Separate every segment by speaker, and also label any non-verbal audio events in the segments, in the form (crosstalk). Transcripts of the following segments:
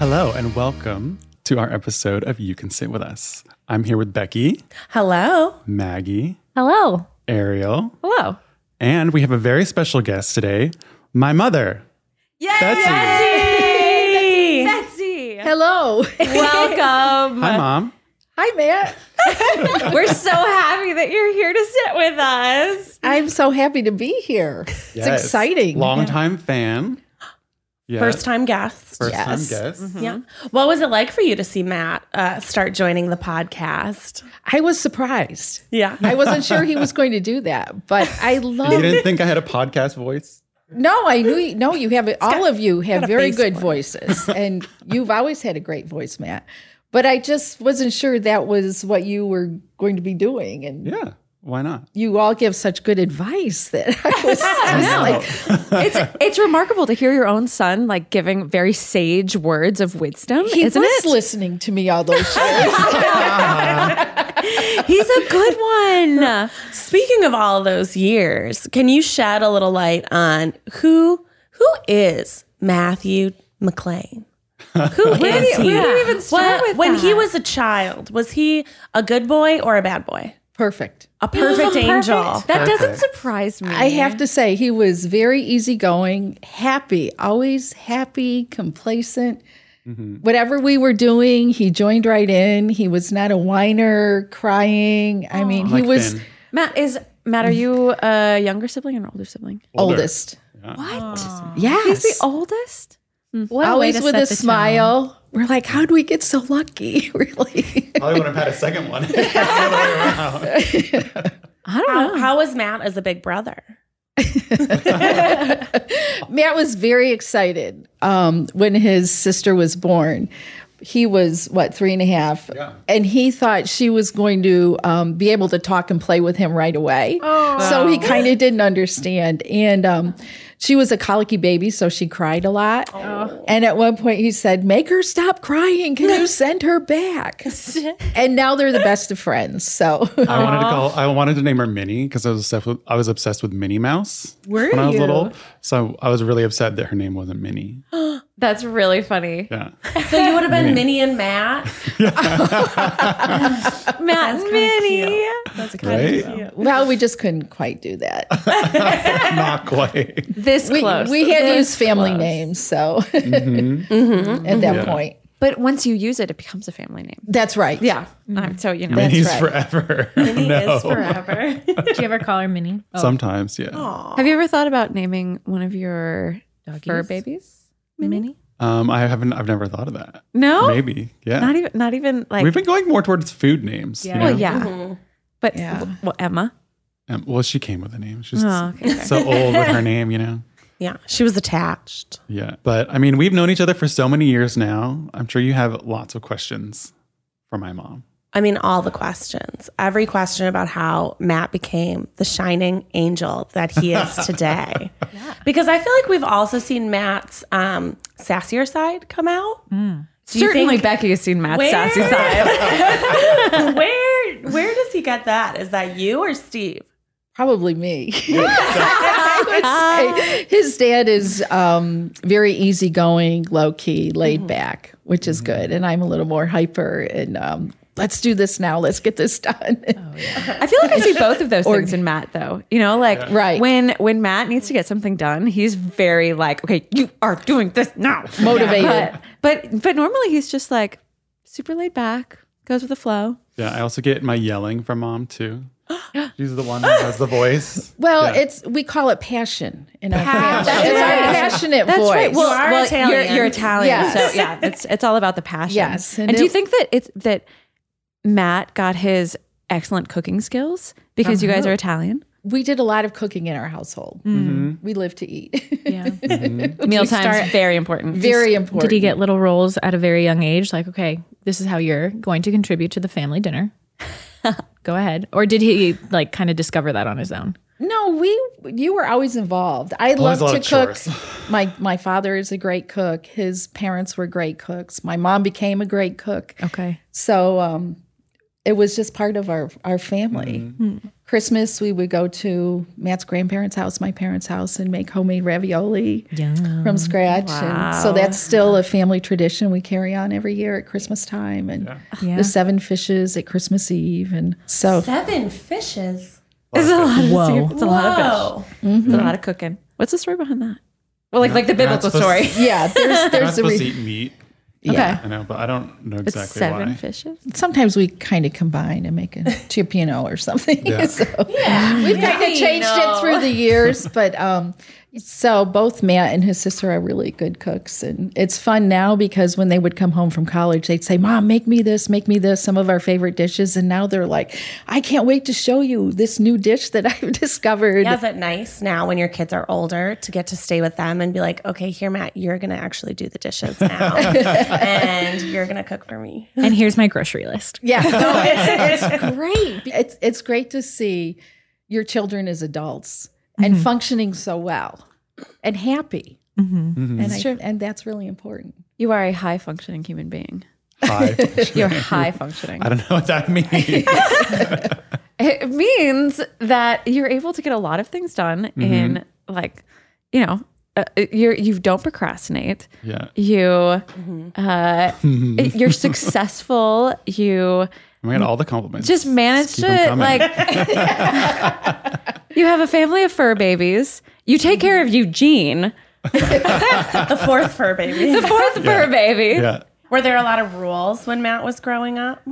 Speaker 1: Hello and welcome to our episode of You Can Sit With Us. I'm here with Becky,
Speaker 2: Hello.
Speaker 1: Maggie,
Speaker 2: Hello.
Speaker 1: Ariel,
Speaker 2: Hello.
Speaker 1: and we have a very special guest today, my mother.
Speaker 2: Yay!
Speaker 1: Betsy.
Speaker 2: Betsy!
Speaker 3: Hello.
Speaker 4: (laughs) Um,
Speaker 2: Welcome.
Speaker 1: Hi, Mom.
Speaker 3: Hi, Matt.
Speaker 2: We're so happy that you're here to sit with us.
Speaker 3: I'm so happy to be here. It's
Speaker 1: Yes.
Speaker 3: exciting.
Speaker 1: Longtime fan. Yes.
Speaker 5: First time guest. Mm-hmm.
Speaker 1: First time
Speaker 3: Yes.
Speaker 1: guest.
Speaker 5: Yeah. What was it like for you to see Matt uh, start joining the podcast?
Speaker 3: I was surprised.
Speaker 5: Yeah.
Speaker 3: I wasn't sure he was going to do that, but I
Speaker 1: (laughs) You
Speaker 3: love
Speaker 1: didn't think I had a podcast voice?
Speaker 3: No, I knew you, no, you have it. All of you have very
Speaker 5: face
Speaker 3: good
Speaker 1: (laughs)
Speaker 3: voices and you've always had a great voice, Matt. But I just wasn't sure that was what you were going to be doing and
Speaker 1: Yeah. Why not?
Speaker 3: you all give such good advice that I
Speaker 1: (laughs)
Speaker 3: was, I was like
Speaker 4: it's it's remarkable to hear your own son like giving very sage words of wisdom,
Speaker 3: he
Speaker 4: isn't
Speaker 3: was
Speaker 4: it?
Speaker 3: listening to me all
Speaker 1: (laughs)
Speaker 3: those years.
Speaker 4: He's a good (laughs) one.
Speaker 5: Speaking of all those years, can you shed a little light on who who is Matthew
Speaker 1: (laughs)
Speaker 5: McLean? Who is
Speaker 4: do
Speaker 5: he?
Speaker 4: you- where do you even start
Speaker 5: What-
Speaker 4: with
Speaker 5: when he
Speaker 4: that?
Speaker 5: was a child, was he a good boy or a bad boy?
Speaker 3: Perfect.
Speaker 5: A perfect angel.
Speaker 4: That doesn't surprise me.
Speaker 3: I have to say, he was very easygoing, happy, always happy, complacent. Whatever we were doing, he joined right in. He was not a whiner, crying. I mean, he
Speaker 1: Like
Speaker 3: was
Speaker 1: Finn.
Speaker 4: Matt is Matt. Are you a younger sibling or an older sibling?
Speaker 1: Older.
Speaker 3: oldest.
Speaker 4: What?
Speaker 3: Yes.
Speaker 4: He's the oldest. Hmm. What
Speaker 3: always with a
Speaker 4: his
Speaker 3: smile. We're like, how do we get so lucky? (laughs) really?
Speaker 1: Probably would have had a second one. It's the other way around.
Speaker 4: I don't know.
Speaker 5: How, how was Matt as a big brother?
Speaker 3: Matt was very excited um, when his sister was born. He was what three and a half, and he thought she was going to um, be able to talk and play with him right away. So he kind of didn't understand, and um, she was a colicky baby, so she cried a lot. And at one point, he said, "Make her stop crying. Can you send her back?" and now they're the best of friends. So (laughs)
Speaker 1: I wanted to call. I wanted to name her Minnie because I was obsessed with, I was obsessed with Minnie Mouse Were when I was little. So I was really upset that her name wasn't Minnie.
Speaker 4: That's really funny.
Speaker 1: Yeah.
Speaker 5: So you would have been Minnie and
Speaker 6: (laughs)
Speaker 5: Matt.
Speaker 4: Matt and Minnie.
Speaker 5: That's kind
Speaker 1: Right?
Speaker 3: well, we just couldn't quite do that.
Speaker 1: Not quite.
Speaker 4: This
Speaker 3: We,
Speaker 4: close.
Speaker 3: we had to
Speaker 4: This
Speaker 3: use family
Speaker 4: close. Mm-hmm.
Speaker 3: names, so at that point,
Speaker 4: But once you use it, it becomes a family name.
Speaker 3: that's right.
Speaker 4: Yeah. Um, so you know.
Speaker 3: That's
Speaker 1: Minnie's
Speaker 3: right.
Speaker 1: forever.
Speaker 5: Minnie
Speaker 1: no. (laughs)
Speaker 5: is forever.
Speaker 7: Do you ever call her Minnie? Oh,
Speaker 1: Sometimes, yeah.
Speaker 4: Have you ever thought about naming one of your fur babies Minnie?
Speaker 1: Um, I haven't. I've never thought of that.
Speaker 4: No,
Speaker 1: Maybe. Yeah.
Speaker 4: Oh, not even not even like.
Speaker 1: We've been going more towards food names. you
Speaker 7: Yeah.
Speaker 4: well,
Speaker 1: know?
Speaker 4: yeah, but
Speaker 3: Yeah.
Speaker 4: w- well, Emma.
Speaker 1: Um, well, she came with a name. She's
Speaker 4: Oh, okay. fair.
Speaker 1: so old with her name, you know.
Speaker 5: Yeah, she was attached.
Speaker 1: Yeah. But I mean, we've known each other for so many years now. I'm sure you have lots of questions for my mom.
Speaker 5: I mean, all the questions, every question about how Matt became the shining angel that he
Speaker 6: (laughs)
Speaker 5: is today. Because I feel like we've also seen Matt's um, sassier side come
Speaker 6: (laughs)
Speaker 5: out. Do you
Speaker 4: Certainly,
Speaker 5: think-
Speaker 4: Becky has seen Matt's
Speaker 5: Where-
Speaker 4: sassy side.
Speaker 5: where where does he get that? Is that you or Steve?
Speaker 3: Probably me. (laughs) I would say his dad is um, very easygoing, low key, laid
Speaker 4: Mm-hmm.
Speaker 3: back, which is good. And I'm a little more hyper and um, let's do this now. Let's get this done.
Speaker 4: (laughs) Oh, I feel like I see both of those things in Matt, though. You know, like
Speaker 3: Right.
Speaker 4: when when Matt needs to get something done, he's very like, okay, you are doing this now,
Speaker 3: (laughs) Motivated.
Speaker 4: But but, but normally he's just like super laid back, goes with the flow.
Speaker 1: Yeah. I also get my yelling from mom, too. She's the one who has the voice.
Speaker 3: Well,
Speaker 1: Yeah.
Speaker 3: it's we call it passion in our family. It's our passionate
Speaker 4: That's
Speaker 3: voice.
Speaker 4: right. Well,
Speaker 5: are
Speaker 4: well,
Speaker 5: Italian.
Speaker 4: You're, you're Italian,
Speaker 3: Yes.
Speaker 4: so yeah, it's it's all about the passion.
Speaker 3: Yes, and
Speaker 4: And, do you
Speaker 3: it-
Speaker 4: think that it's
Speaker 3: Uh-huh.
Speaker 4: that Matt got his excellent cooking skills because you guys are Italian?
Speaker 3: we did a lot of cooking in our household. We live to eat.
Speaker 6: Yeah. Mealtime is very important.
Speaker 3: Very
Speaker 6: Just-
Speaker 3: important.
Speaker 6: Did he get little roles at a very young age? Like, okay, this is how you're going to contribute to the family dinner. Go ahead. Or did he like kind of discover that on his own?
Speaker 3: no, we you were always involved. I
Speaker 1: Always
Speaker 3: love
Speaker 1: a lot
Speaker 3: to
Speaker 1: of
Speaker 3: cook.
Speaker 1: chores.
Speaker 3: my my father is a great cook. His parents were great cooks. My mom became a great cook.
Speaker 6: Okay.
Speaker 3: So um, it was just part of our our family.
Speaker 1: Mm-hmm.
Speaker 3: Christmas, we would go to Matt's grandparents' house, my parents' house, and make homemade ravioli from scratch. And so that's still a family tradition we carry on every year at Christmas time, and the seven fishes at Christmas Eve, and so
Speaker 5: Seven fishes.
Speaker 6: It's a lot of Whoa. It's a lot of
Speaker 5: Whoa.
Speaker 6: fish.
Speaker 3: Mm-hmm.
Speaker 6: It's a lot of cooking. What's the story behind that? Well, like like the
Speaker 1: You're not
Speaker 6: biblical
Speaker 1: supposed-
Speaker 6: story.
Speaker 3: yeah, there's
Speaker 1: You're not
Speaker 3: there's a
Speaker 1: supposed
Speaker 3: re-
Speaker 1: to eat meat.
Speaker 3: yeah.
Speaker 1: I know, but I don't know (laughs)
Speaker 6: It's
Speaker 1: exactly
Speaker 6: seven
Speaker 1: why.
Speaker 6: fishes.
Speaker 3: Sometimes we kind of combine and make a chiapino or something.
Speaker 1: Yeah.
Speaker 3: (laughs) so we've kind of changed it through the years, (laughs) but um, so both Matt and his sister are really good cooks, and it's fun now because when they would come home from college, they'd say, "Mom, make me this, make me this." Some of our favorite dishes, and now they're like, "I can't wait to show you this new dish that I've (laughs) discovered."
Speaker 5: Yeah, is it nice now when your kids are older to get to stay with them and be like, okay, here, Matt, you're going to actually do
Speaker 4: (laughs)
Speaker 5: the dishes now. and you're going to cook for me. (laughs)
Speaker 6: And here's my grocery list.
Speaker 3: Yeah, (laughs) no, it's, (laughs) it's great. It's it's great to see your children as adults and functioning so well and happy. And I, and that's really important.
Speaker 4: You are a high functioning
Speaker 1: (laughs)
Speaker 4: human being. (laughs)
Speaker 1: Five.
Speaker 4: You're high functioning.
Speaker 1: I don't know what that means.
Speaker 4: It means that you're able to get a lot of things done
Speaker 1: Mm-hmm.
Speaker 4: in like, you know, uh, you're you don't procrastinate.
Speaker 1: yeah.
Speaker 4: You uh,
Speaker 1: (laughs)
Speaker 4: you're successful. You
Speaker 1: We got Oh all the compliments.
Speaker 4: just manage
Speaker 1: keep 'em
Speaker 4: to
Speaker 1: coming.
Speaker 4: like
Speaker 1: (laughs)
Speaker 4: (laughs) you have a family of fur babies. You take care of Eugene,
Speaker 5: The fourth fur baby.
Speaker 4: the fourth fur baby.
Speaker 1: yeah.
Speaker 5: Were there a lot of rules when Matt was growing up?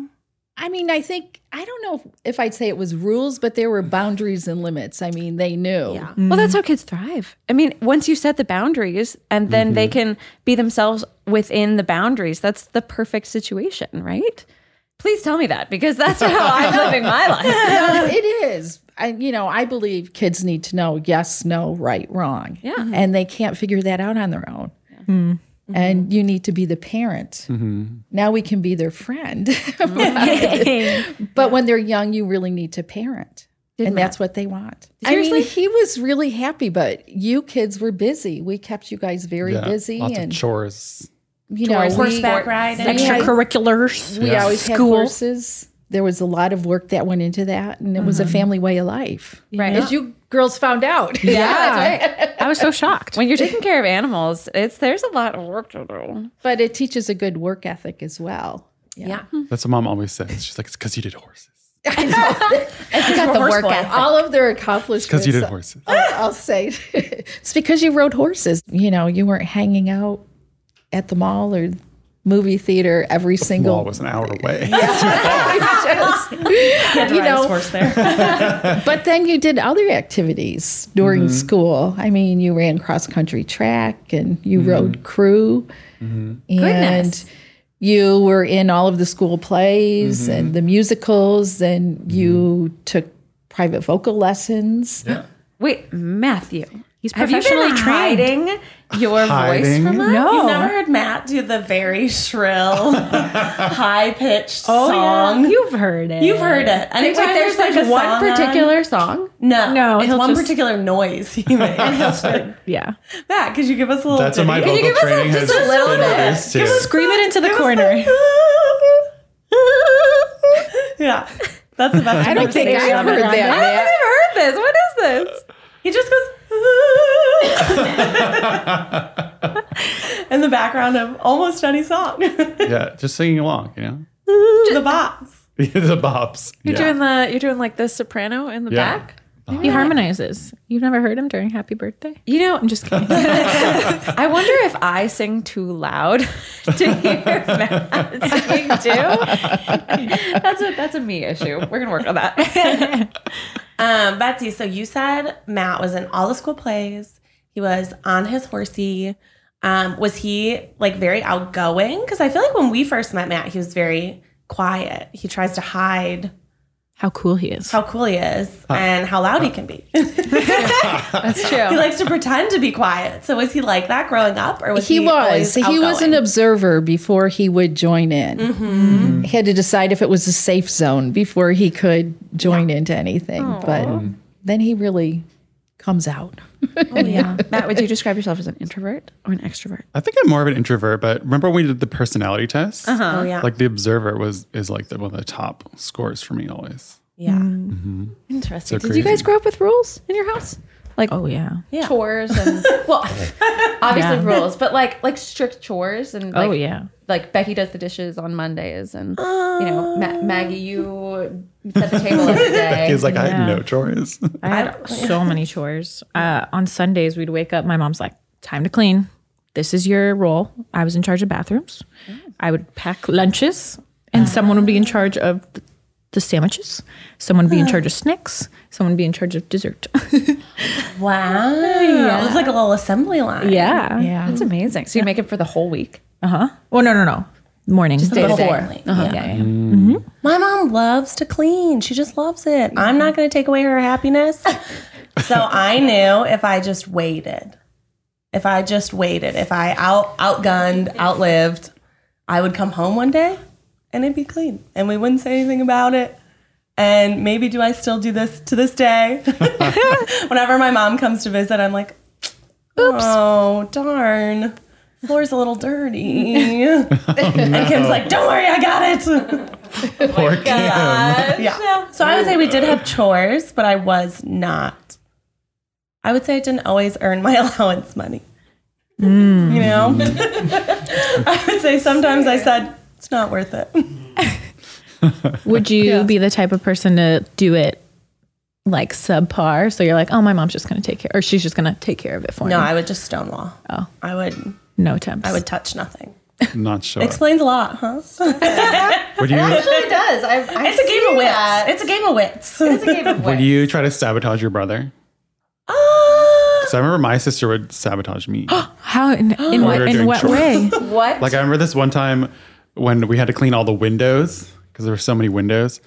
Speaker 3: I mean, I think I don't know if, if I'd say it was rules, but there were boundaries and limits. I mean, they knew.
Speaker 5: Yeah.
Speaker 4: Well, that's how kids thrive. I mean, once you set the boundaries and then they can be themselves within the boundaries, that's the perfect situation, right? Please tell me that because that's how (laughs) I'm living my life. (laughs)
Speaker 3: it is. I, you know, I believe kids need to know yes, no, right, wrong.
Speaker 4: Yeah.
Speaker 3: And they can't figure that out on their own. And you need to be the parent. Now we can be their friend. (laughs) but when they're young, you really need to parent. and that's what they want. I
Speaker 4: Seriously?
Speaker 3: mean, he was really happy, but you kids were busy. We kept you guys very
Speaker 1: yeah.
Speaker 3: busy
Speaker 1: Lots
Speaker 3: and
Speaker 1: of chores.
Speaker 3: you know, we-
Speaker 5: Horseback ride. and-
Speaker 3: Yeah.
Speaker 6: Extracurriculars.
Speaker 3: We
Speaker 1: Yeah.
Speaker 3: always had horses. There was a lot of work that went into that, and it was a family way of life. Right. As you girls found out.
Speaker 6: I was so shocked.
Speaker 4: When you're taking care of animals, it's there's a lot of work to do.
Speaker 3: (laughs) but it teaches a good work ethic as (laughs) well. Yeah.
Speaker 1: That's what mom always says. She's like, it's because you did horses.
Speaker 3: Got the work ethic. All of their accomplishments.
Speaker 1: Because you did horses.
Speaker 3: I'll, I'll say (laughs) it's because you rode horses. You know, you weren't hanging out at the mall or movie theater every
Speaker 1: Wall
Speaker 3: single
Speaker 1: was an hour away.
Speaker 3: you
Speaker 5: Ride his
Speaker 3: know
Speaker 5: horse there.
Speaker 3: (laughs)
Speaker 5: Mm-hmm.
Speaker 3: but then you did other activities during school. I mean, you ran cross country track and you
Speaker 5: Mm-hmm.
Speaker 3: rode crew, and you were in all of the school plays
Speaker 5: Mm-hmm.
Speaker 3: and the musicals, and you took private vocal lessons.
Speaker 4: Wait, Matthew.
Speaker 6: He's
Speaker 4: Have you
Speaker 6: professionally
Speaker 4: been
Speaker 6: trained.
Speaker 4: hiding your voice
Speaker 1: Hiding?
Speaker 4: from us? No.
Speaker 5: You've never heard Matt do the
Speaker 4: (laughs)
Speaker 5: very shrill, high pitched
Speaker 4: Oh,
Speaker 5: song.
Speaker 6: Oh, You've heard it.
Speaker 5: You've heard it. Anytime
Speaker 4: Wait, there's like
Speaker 5: a
Speaker 4: one
Speaker 5: song
Speaker 4: particular song.
Speaker 5: on- no,
Speaker 6: No,
Speaker 5: it's
Speaker 6: he'll
Speaker 5: one
Speaker 6: just-
Speaker 5: particular noise he
Speaker 4: (laughs)
Speaker 5: makes.
Speaker 6: Yeah.
Speaker 5: Matt, could you give us a
Speaker 1: (laughs)
Speaker 5: little?
Speaker 1: That's what my
Speaker 5: ditty?
Speaker 1: vocal training has
Speaker 5: a little
Speaker 1: been
Speaker 5: bit?
Speaker 1: reduced to.
Speaker 6: Scream it into the corner.
Speaker 5: (laughs) yeah, that's the best.
Speaker 3: I don't think
Speaker 5: impersonation
Speaker 3: I've
Speaker 5: of
Speaker 3: heard
Speaker 5: it.
Speaker 3: that.
Speaker 4: I've heard this. What is this?
Speaker 5: He just goes (laughs) in the background of almost any song. (laughs) the
Speaker 1: Yeah, just singing along, you know? (laughs)
Speaker 5: box.
Speaker 1: the bops.
Speaker 4: You're
Speaker 1: yeah.
Speaker 4: doing the you're doing like the soprano in the
Speaker 1: Yeah.
Speaker 4: back.
Speaker 6: He harmonizes. You've never heard him during Happy Birthday?
Speaker 4: You know,
Speaker 6: I'm just kidding.
Speaker 4: I wonder if I sing too loud (laughs) to hear (laughs) Matt sing too. That's a that's a me issue. We're gonna work on that.
Speaker 5: Um, Betsy, so you said Matt was in all the school plays. He was on his horsey. Um, was he like very outgoing? Because I feel like when we first met Matt, he was very quiet. He tries to hide
Speaker 6: how cool he is.
Speaker 5: how cool he is and how loud he can be.
Speaker 3: That's true.
Speaker 5: he likes to pretend to be quiet. So was he like that growing up, or was he,
Speaker 3: he was.
Speaker 5: always
Speaker 3: He was
Speaker 5: outgoing?
Speaker 3: an observer before he would join in.
Speaker 4: Mm-hmm.
Speaker 3: He had to decide if it was a safe zone before he could join into anything.
Speaker 4: Mm-hmm.
Speaker 3: But then he really comes out.
Speaker 4: yeah. (laughs) Matt, would you describe yourself as an introvert or an extrovert?
Speaker 1: I think I'm more of an introvert, but remember when we did the personality test?
Speaker 5: Oh yeah,
Speaker 1: Like the observer was is like the, one of the top scores for me always.
Speaker 5: yeah.
Speaker 4: Interesting.
Speaker 1: So
Speaker 4: Did you guys
Speaker 1: crazy.
Speaker 4: grow up with rules in your house? Like
Speaker 6: Oh yeah.
Speaker 4: chores and (laughs) well, obviously
Speaker 6: Yeah.
Speaker 4: rules, but like like strict chores and like
Speaker 6: oh yeah.
Speaker 4: like Becky does the dishes on Mondays and you know Ma- Maggie you set the
Speaker 1: (laughs)
Speaker 4: table every day.
Speaker 1: He's like, I had
Speaker 6: Yeah.
Speaker 1: no (laughs) chores.
Speaker 6: I had (laughs) so many chores. Uh, on Sundays, we'd wake up. My mom's like, "Time to clean. This is your role." I was in charge of bathrooms. I would pack lunches,
Speaker 4: Oh.
Speaker 6: and someone would be in charge of th- the sandwiches. Someone would be in charge of snacks. Someone would be in charge of dessert. (laughs)
Speaker 5: Wow, it was like a little assembly line.
Speaker 6: yeah. Yeah. Uh-huh.
Speaker 4: That's amazing. So you make it for the whole week.
Speaker 6: Well, no, no, no. Morning. Just
Speaker 4: Day to day.
Speaker 5: Before.
Speaker 4: Uh-huh. Yeah, yeah, yeah.
Speaker 5: My mom loves to clean. She just loves it. I'm not going to take away
Speaker 4: (laughs)
Speaker 5: her happiness. so I knew if I just waited, if I just waited, if I out outgunned, outlived, I would come home one day and it'd be clean, and we wouldn't say anything about it. And maybe do I still do this to
Speaker 4: (laughs)
Speaker 5: this day? (laughs) Whenever my mom comes to visit, I'm like, oh darn, floor's a little
Speaker 4: (laughs)
Speaker 5: dirty. And Kim's like, don't worry, I got it. (laughs)
Speaker 1: Poor Kim.
Speaker 5: Yeah. So I would say we did have chores, but I was not. I would say I didn't always earn my (laughs) allowance money. You (laughs) know? I would say sometimes I said, it's not worth it.
Speaker 6: Would you be the type of person to do it like subpar? So you're like, "Oh, my mom's just going to take care, or she's just going to take care of it for
Speaker 5: No,
Speaker 6: me."
Speaker 5: I would just stonewall. Oh. I would
Speaker 6: No attempts.
Speaker 5: I would touch nothing.
Speaker 1: (laughs) Not sure.
Speaker 5: Explains a lot, huh? (laughs)
Speaker 1: Would you
Speaker 4: It does. I, I
Speaker 5: It's a game of wits. It's a game of wits.
Speaker 4: It's a game of
Speaker 1: would you try to sabotage your brother?
Speaker 5: Ah,
Speaker 1: So I remember my sister would sabotage me.
Speaker 6: How in, (gasps) in what
Speaker 1: Order
Speaker 6: in
Speaker 1: during
Speaker 6: what
Speaker 1: chores.
Speaker 6: (laughs) way?
Speaker 4: What?
Speaker 1: Like I remember this one time when we had to clean all the windows because there were so many windows.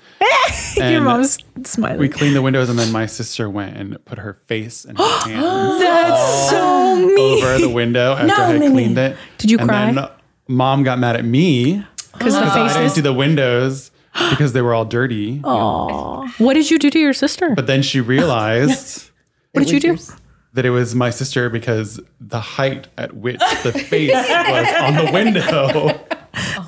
Speaker 6: Your
Speaker 1: And
Speaker 6: mom's smiling.
Speaker 1: we cleaned the windows, and then my sister went and put her face and
Speaker 6: (gasps)
Speaker 1: her hands
Speaker 6: That's so mean.
Speaker 1: over the window after I had
Speaker 5: Minnie.
Speaker 1: cleaned it.
Speaker 6: Did you
Speaker 1: and
Speaker 6: cry?
Speaker 1: Then mom got mad at me
Speaker 6: Because the
Speaker 1: because I didn't
Speaker 6: faces. Oh.
Speaker 1: see the windows because they were all dirty.
Speaker 6: What did you do to your sister?
Speaker 1: But then she
Speaker 6: (laughs)
Speaker 1: realized
Speaker 6: what did you do?
Speaker 1: that it was my sister because the height at which the face was on the
Speaker 6: (laughs)
Speaker 1: window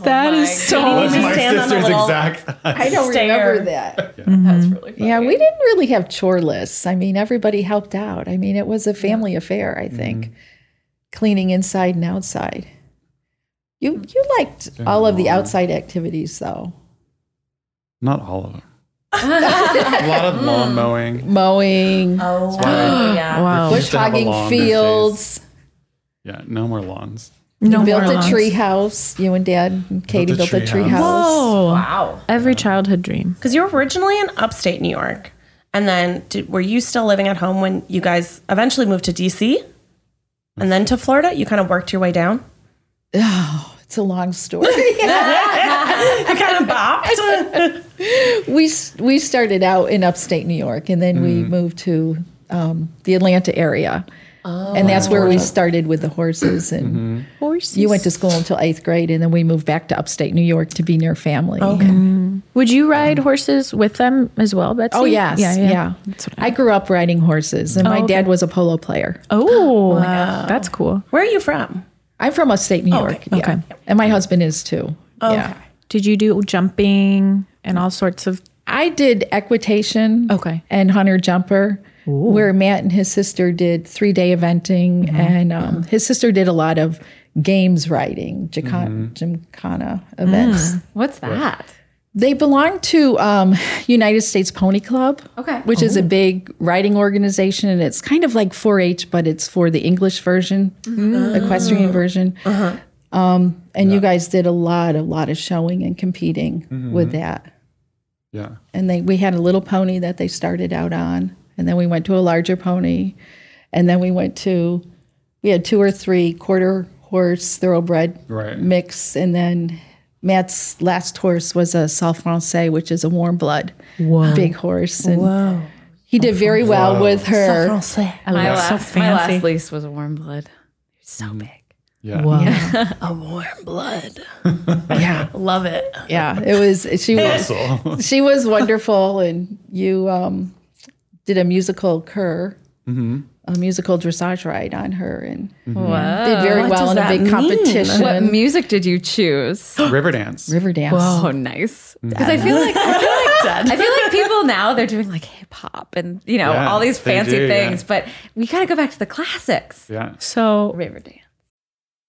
Speaker 6: that is so.
Speaker 1: was my
Speaker 5: stand on a
Speaker 1: sister's
Speaker 5: little-
Speaker 1: exact
Speaker 3: I don't remember that. Mm-hmm. Yeah. we didn't really have chore lists. I mean, everybody helped out. I mean, it was a family affair, I think.
Speaker 4: Mm-hmm.
Speaker 3: Cleaning inside and outside. You you liked all of the outside activities though.
Speaker 1: Not all
Speaker 6: (laughs)
Speaker 1: of them. a lot of lawn mowing.
Speaker 6: (gasps)
Speaker 3: Mowing,
Speaker 5: Oh,
Speaker 1: Which-
Speaker 6: Wow.
Speaker 3: bush
Speaker 1: used to have a
Speaker 3: hogging
Speaker 1: lawn these
Speaker 3: fields.
Speaker 1: Yeah, no more lawns.
Speaker 6: No
Speaker 3: built
Speaker 6: more
Speaker 3: a
Speaker 6: lawns.
Speaker 3: tree house. You and Dad and Katie
Speaker 1: a
Speaker 3: built
Speaker 1: tree
Speaker 3: a tree
Speaker 1: house.
Speaker 3: house.
Speaker 6: Oh wow! Every childhood dream.
Speaker 5: Because you were originally in upstate New York, and then did, were you still living at home when you guys eventually moved to DC, and then to Florida? You kind of worked your way down.
Speaker 3: It's a long story.
Speaker 6: (laughs)
Speaker 5: You kind of bopped.
Speaker 3: we s- we started out in upstate New York, and then we
Speaker 1: Mm-hmm.
Speaker 3: moved to um, the Atlanta area,
Speaker 6: Oh.
Speaker 3: and that's where we started with the horses. And
Speaker 1: Mm-hmm.
Speaker 6: Horses.
Speaker 3: you went to school until eighth grade, and then we moved back to upstate New York to be near family.
Speaker 6: Would you ride horses with them as well, Betsy?
Speaker 3: Oh yes, yeah.
Speaker 6: That's what I- Oh,
Speaker 3: I grew up riding horses, and my
Speaker 6: okay.
Speaker 3: dad was a polo player.
Speaker 6: oh, that's cool.
Speaker 5: Where are you from?
Speaker 3: I'm from upstate New York, yeah.
Speaker 6: Oh, okay. Oh,
Speaker 3: and my husband is too. Yeah,
Speaker 6: Did you do jumping and all sorts of?
Speaker 3: I did equitation.
Speaker 6: Okay.
Speaker 3: And hunter jumper, where Matt and his sister did three day eventing, and um, his sister did a lot of games riding, gymkhana, gymkhana events.
Speaker 4: What's that?
Speaker 3: They belong to um, United States Pony Club,
Speaker 4: Okay.
Speaker 3: which is a big riding organization, and it's kind of like 4-H, but it's for the English version, equestrian version. Um, and you guys did a lot, a lot of showing and competing with that
Speaker 1: Yeah.
Speaker 3: and they we had a little pony that they started out on and then we went to a larger pony and then we went to we had two or three quarter horse thoroughbred
Speaker 1: Right.
Speaker 3: mix and then Matt's last horse was a Sal Francais, which is a warm blood, big horse. And He did very well with her.
Speaker 6: I love
Speaker 4: My,
Speaker 6: so
Speaker 4: last, my
Speaker 6: fancy.
Speaker 4: last lease was a warm blood. So big.
Speaker 1: Yeah.
Speaker 3: Yeah, love it. Yeah, it was. She was.
Speaker 1: So,
Speaker 3: She was wonderful, and you um, did a musical cur, a musical dressage ride on her, and did very
Speaker 5: does
Speaker 3: well in a
Speaker 5: that
Speaker 3: big
Speaker 5: mean?
Speaker 3: competition.
Speaker 4: What music did you (gasps) choose?
Speaker 1: Riverdance.
Speaker 3: River dance.
Speaker 4: Oh, nice.
Speaker 1: Mm-hmm.
Speaker 4: Because I feel like I feel like, I feel like people now they're doing like hip hop and you know
Speaker 1: Yeah,
Speaker 4: all these
Speaker 1: they
Speaker 4: fancy
Speaker 1: do, yeah.
Speaker 4: things, but we got to go back to the (gasps) classics.
Speaker 1: Yeah.
Speaker 6: So
Speaker 4: Riverdance.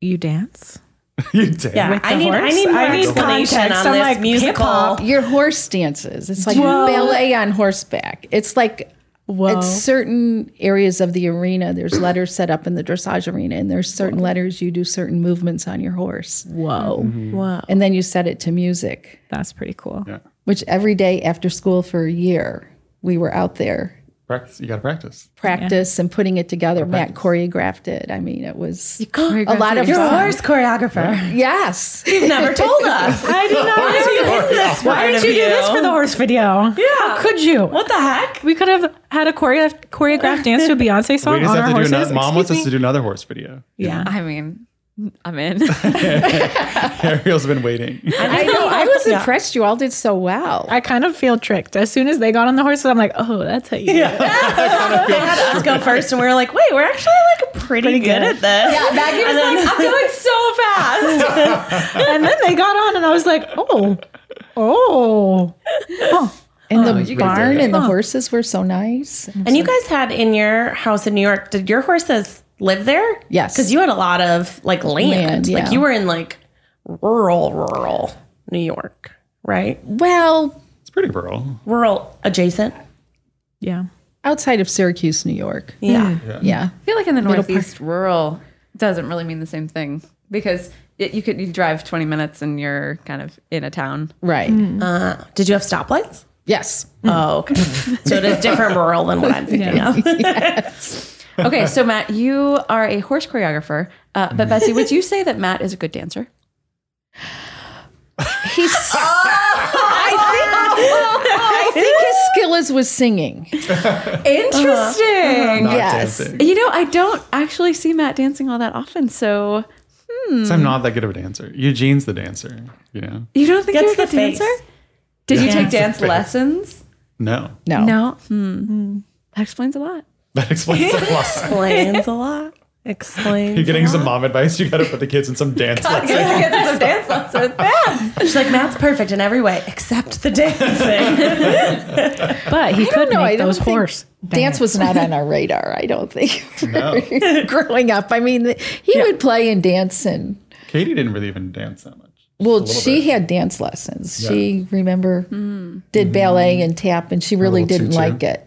Speaker 6: you dance?
Speaker 1: (laughs) You did.
Speaker 5: Yeah, I
Speaker 6: the
Speaker 5: need, I
Speaker 6: horse?
Speaker 5: need more
Speaker 6: I need
Speaker 5: explanation
Speaker 6: context.
Speaker 5: on
Speaker 6: I'm
Speaker 5: this
Speaker 6: like,
Speaker 5: musical.
Speaker 6: hip-hop.
Speaker 3: Your horse dances. It's like ballet on horseback. It's like
Speaker 6: Whoa.
Speaker 3: at certain areas of the arena, there's letters set up in the dressage arena, and there's certain letters you do certain movements on your horse,
Speaker 6: Whoa. Whoa.
Speaker 3: and then you set it to music.
Speaker 6: That's pretty cool.
Speaker 1: Yeah.
Speaker 3: Which every day after school for a year, we were out there
Speaker 1: Practice. You got to practice.
Speaker 3: practice and putting it together. Matt choreographed it. I mean, it was a lot of
Speaker 5: You're a
Speaker 3: fun.
Speaker 5: horse choreographer.
Speaker 3: Yes,
Speaker 5: You've never
Speaker 3: (laughs)
Speaker 5: told us.
Speaker 6: I did not know you did this. Why did you do this for the horse video? Yeah. How could you?
Speaker 5: What the heck?
Speaker 6: We could have had a choreographed, choreographed dance to a Beyonce song
Speaker 1: We just
Speaker 6: on
Speaker 1: have
Speaker 6: our
Speaker 1: to
Speaker 6: horses.
Speaker 1: do another. Mom wants us
Speaker 6: Excuse
Speaker 1: to do another horse video.
Speaker 6: me. Yeah.
Speaker 4: I mean, I'm in. (laughs)
Speaker 1: Ariel's been
Speaker 6: (laughs)
Speaker 1: waiting.
Speaker 3: I know. I was impressed. You all did so well.
Speaker 6: I kind of feel tricked. As soon as they got on the horses, I'm like, oh, that's how you do it.
Speaker 5: They had us go first, and we were like, wait, we're actually like pretty, good. at this. Yeah,
Speaker 4: Maggie was like, I'm going so
Speaker 5: (laughs)
Speaker 4: fast.
Speaker 6: And then they got on, and I was like, oh, oh.
Speaker 3: And the barn and the horses were so nice.
Speaker 5: And you guys had in your house in New York, did your horses live there?
Speaker 3: Yes.
Speaker 5: Because you had a lot of like land.
Speaker 3: Land, yeah.
Speaker 5: Like you were in like rural, rural New York, right?
Speaker 3: Well,
Speaker 1: It's pretty rural.
Speaker 5: Rural adjacent.
Speaker 6: Yeah.
Speaker 3: outside of Syracuse, New York.
Speaker 5: Yeah.
Speaker 3: Yeah.
Speaker 4: I feel like in the Northeast, rural doesn't really mean the same thing because it, you could you drive 20 minutes and you're kind of in a town.
Speaker 3: Right.
Speaker 5: Uh, did you have stoplights?
Speaker 3: Yes.
Speaker 5: Oh, okay. so it is different rural than what I'm thinking of.
Speaker 4: Okay, so Matt, you are a horse choreographer, uh,
Speaker 1: Mm-hmm.
Speaker 4: but Betsy, would you say that Matt is a good dancer?
Speaker 3: He's. (laughs) I think. I think his skill is with singing.
Speaker 4: (laughs) Interesting. Uh-huh.
Speaker 1: Not
Speaker 3: Yes.
Speaker 1: dancing.
Speaker 4: You know, I don't actually see Matt dancing all that often, so
Speaker 1: So I'm not that good of a dancer. Eugene's the dancer. You know?
Speaker 4: you don't think
Speaker 5: Gets
Speaker 4: you're a
Speaker 5: the
Speaker 4: good dancer?
Speaker 5: face.
Speaker 4: Did you
Speaker 1: Yeah.
Speaker 4: take
Speaker 1: Gets
Speaker 4: dance
Speaker 1: the face.
Speaker 4: lessons?
Speaker 1: No. (laughs)
Speaker 3: No.
Speaker 4: No. Hmm. That explains a lot.
Speaker 1: That explains a
Speaker 6: (laughs)
Speaker 1: lot.
Speaker 5: Explains a lot. Explains.
Speaker 1: You're getting some mom advice. You got to put the kids in
Speaker 6: (laughs)
Speaker 1: some dance
Speaker 5: (laughs)
Speaker 1: lesson.
Speaker 4: dance lessons.
Speaker 5: She's like, Matt's perfect in every way except the dancing. (laughs)
Speaker 6: But he could
Speaker 3: No, I
Speaker 6: make
Speaker 3: don't
Speaker 6: those
Speaker 3: think-
Speaker 6: horse
Speaker 3: Dance was not on our radar, I don't think. (laughs)
Speaker 1: No.
Speaker 3: Growing up, I mean, he would play and dance, and
Speaker 1: Katie didn't really even dance that much.
Speaker 3: well,
Speaker 1: little
Speaker 3: she
Speaker 1: bit.
Speaker 3: had dance lessons. She remember did ballet and tap, and she really
Speaker 1: Mm-hmm. little Mm.
Speaker 3: didn't
Speaker 1: tutu.
Speaker 3: like it.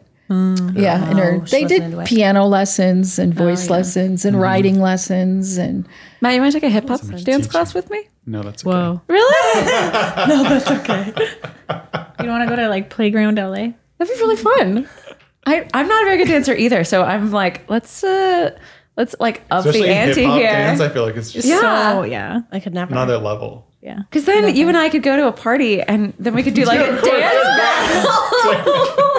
Speaker 3: Yeah, and her,
Speaker 5: she
Speaker 3: they
Speaker 5: wasn't
Speaker 3: did
Speaker 5: into it.
Speaker 3: piano lessons and voice lessons
Speaker 1: Mm-hmm.
Speaker 3: and writing lessons, and
Speaker 4: Matt, you want to take a hip hop dance class with me?
Speaker 1: No, that's okay.
Speaker 6: Whoa.
Speaker 4: Really?
Speaker 6: You don't want to go to like Playground LA?
Speaker 4: That'd be really fun. I, I'm not a very good dancer either, so I'm like, let's uh let's like up
Speaker 1: Especially
Speaker 4: the
Speaker 1: in
Speaker 4: ante
Speaker 1: hip-hop dance,
Speaker 4: here.
Speaker 1: I feel like it's just
Speaker 4: Yeah.
Speaker 6: So, Oh, yeah.
Speaker 5: I could never.
Speaker 1: another level.
Speaker 4: Because then you and I could go to a party and then we could do like a dance battle.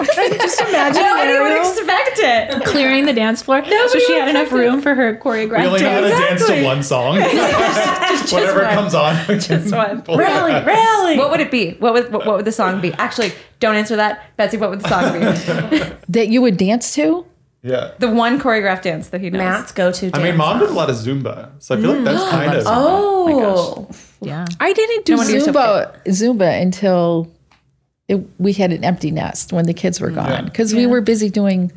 Speaker 4: (laughs) Just imagine nobody would expect it.
Speaker 6: Clearing the dance floor. so she had enough room for her
Speaker 1: We
Speaker 6: choreographed
Speaker 1: only
Speaker 6: dance.
Speaker 1: gotta dance to one
Speaker 6: (laughs)
Speaker 1: song. Whatever comes on. we can (laughs)
Speaker 4: one.
Speaker 1: pull it
Speaker 5: Really,
Speaker 1: out.
Speaker 5: really.
Speaker 4: What would it be? What would what, what would the song be? Actually, don't answer that, Betsy. What would the song
Speaker 3: (laughs)
Speaker 4: be?
Speaker 3: that you would dance to.
Speaker 1: Yeah.
Speaker 4: The one choreographed dance that he knows.
Speaker 5: Matt's go-to. Dance.
Speaker 1: I mean, mom did a lot of Zumba, so I feel like that's (gasps) kind of.
Speaker 5: Oh,
Speaker 6: Yeah.
Speaker 3: I didn't do
Speaker 4: wonder you're so
Speaker 3: Zumba Zumba until it, we had an empty nest when the kids
Speaker 4: Mm,
Speaker 3: were gone because we were busy doing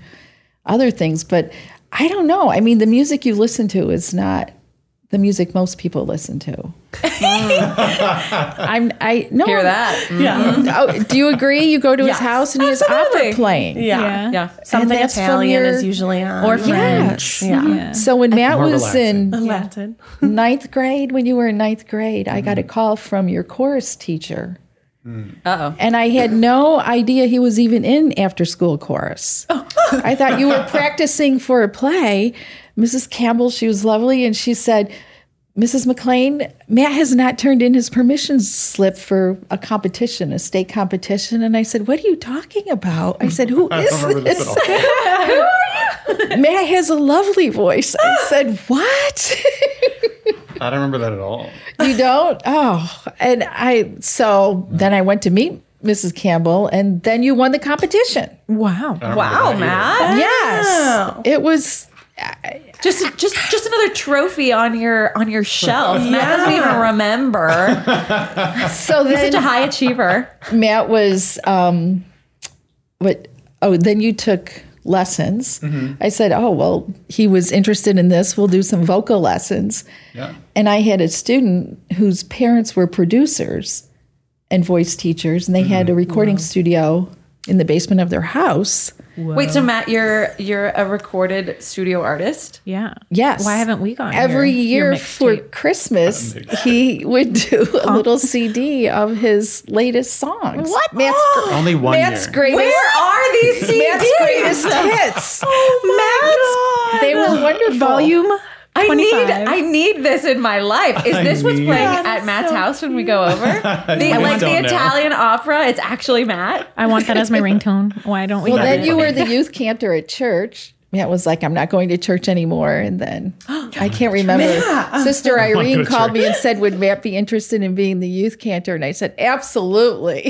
Speaker 3: other things. But I don't know. I mean, the music you listen to is not the music most people listen to. I'm I no
Speaker 4: Hear that?
Speaker 3: Yeah. Oh, do you agree? You go to his
Speaker 5: Yes,
Speaker 3: house and he has
Speaker 4: absolutely.
Speaker 3: opera playing.
Speaker 5: Yeah.
Speaker 4: Yeah.
Speaker 5: Something
Speaker 3: that's from
Speaker 5: Italian
Speaker 3: your- Mm-hmm.
Speaker 5: is usually on.
Speaker 6: Or
Speaker 3: Yes.
Speaker 6: French.
Speaker 5: yeah.
Speaker 3: So when Matt
Speaker 1: More
Speaker 3: was in
Speaker 5: Latin.
Speaker 3: ninth grade, when you were in ninth grade, I
Speaker 1: Mm-hmm.
Speaker 3: got a call from your chorus teacher.
Speaker 1: Mm.
Speaker 4: Uh-oh.
Speaker 3: And I had no idea he was even in after school chorus. I thought you were practicing for a play. Mrs. Campbell, she was lovely, and she said, Mrs. McLean, Matt has not turned in his permission slip for a competition, a state competition. And I said, What are you talking about? I said, Who
Speaker 1: (laughs) I
Speaker 3: is
Speaker 1: don't remember this at
Speaker 3: this?
Speaker 1: all.
Speaker 3: (laughs) Matt has a lovely voice. I said, What?
Speaker 1: I don't remember that at all.
Speaker 3: You don't? Oh. And I, so then I went to meet Mrs. Campbell, and then you won the competition.
Speaker 6: Wow.
Speaker 4: Wow, Matt. Oh.
Speaker 3: Yes. It was,
Speaker 4: Just just just another trophy on your on your shelf. Matt doesn't even remember.
Speaker 3: so then
Speaker 4: Such a high achiever.
Speaker 3: Matt was, um, what, oh, then you took lessons.
Speaker 4: Mm-hmm.
Speaker 3: I said, oh, well, he was interested in this. We'll do some vocal lessons.
Speaker 1: Yeah.
Speaker 3: And I had a student whose parents were producers and voice teachers, and they had
Speaker 4: Mm-hmm.
Speaker 3: a recording studio in the basement of their house.
Speaker 4: Wait, so Matt, you're you're a recorded studio artist?
Speaker 6: Yeah.
Speaker 3: Yes.
Speaker 6: Why haven't we gone
Speaker 3: every
Speaker 6: your-
Speaker 3: year
Speaker 6: your
Speaker 3: for
Speaker 6: mixtape?
Speaker 3: Christmas? He would do a little CD of his latest songs. What? Matt's,
Speaker 4: (gasps)
Speaker 1: Only one
Speaker 3: Matt's
Speaker 1: year.
Speaker 3: greatest.
Speaker 4: Where are these
Speaker 3: (laughs) Matt's
Speaker 4: CDs?
Speaker 3: (laughs) greatest hits.
Speaker 4: Oh, Matt,
Speaker 3: They (laughs) were wonderful.
Speaker 6: volume?
Speaker 4: I need
Speaker 6: 25.
Speaker 4: I need this in my life. Is
Speaker 1: I
Speaker 4: this what's
Speaker 1: need-
Speaker 4: playing at Matt's house when we go over? The, like the
Speaker 1: don't know.
Speaker 4: Italian opera, it's actually Matt.
Speaker 6: I want that as my ringtone. Why don't we?
Speaker 3: Well,
Speaker 6: have
Speaker 3: then
Speaker 6: it?
Speaker 3: you were the youth cantor at church. Matt was like, I'm not going to church anymore. And (gasps) then I can't remember. Sister Irene
Speaker 1: to
Speaker 3: called me and said, Would Matt be interested in being the youth cantor? And I said, Absolutely. (laughs)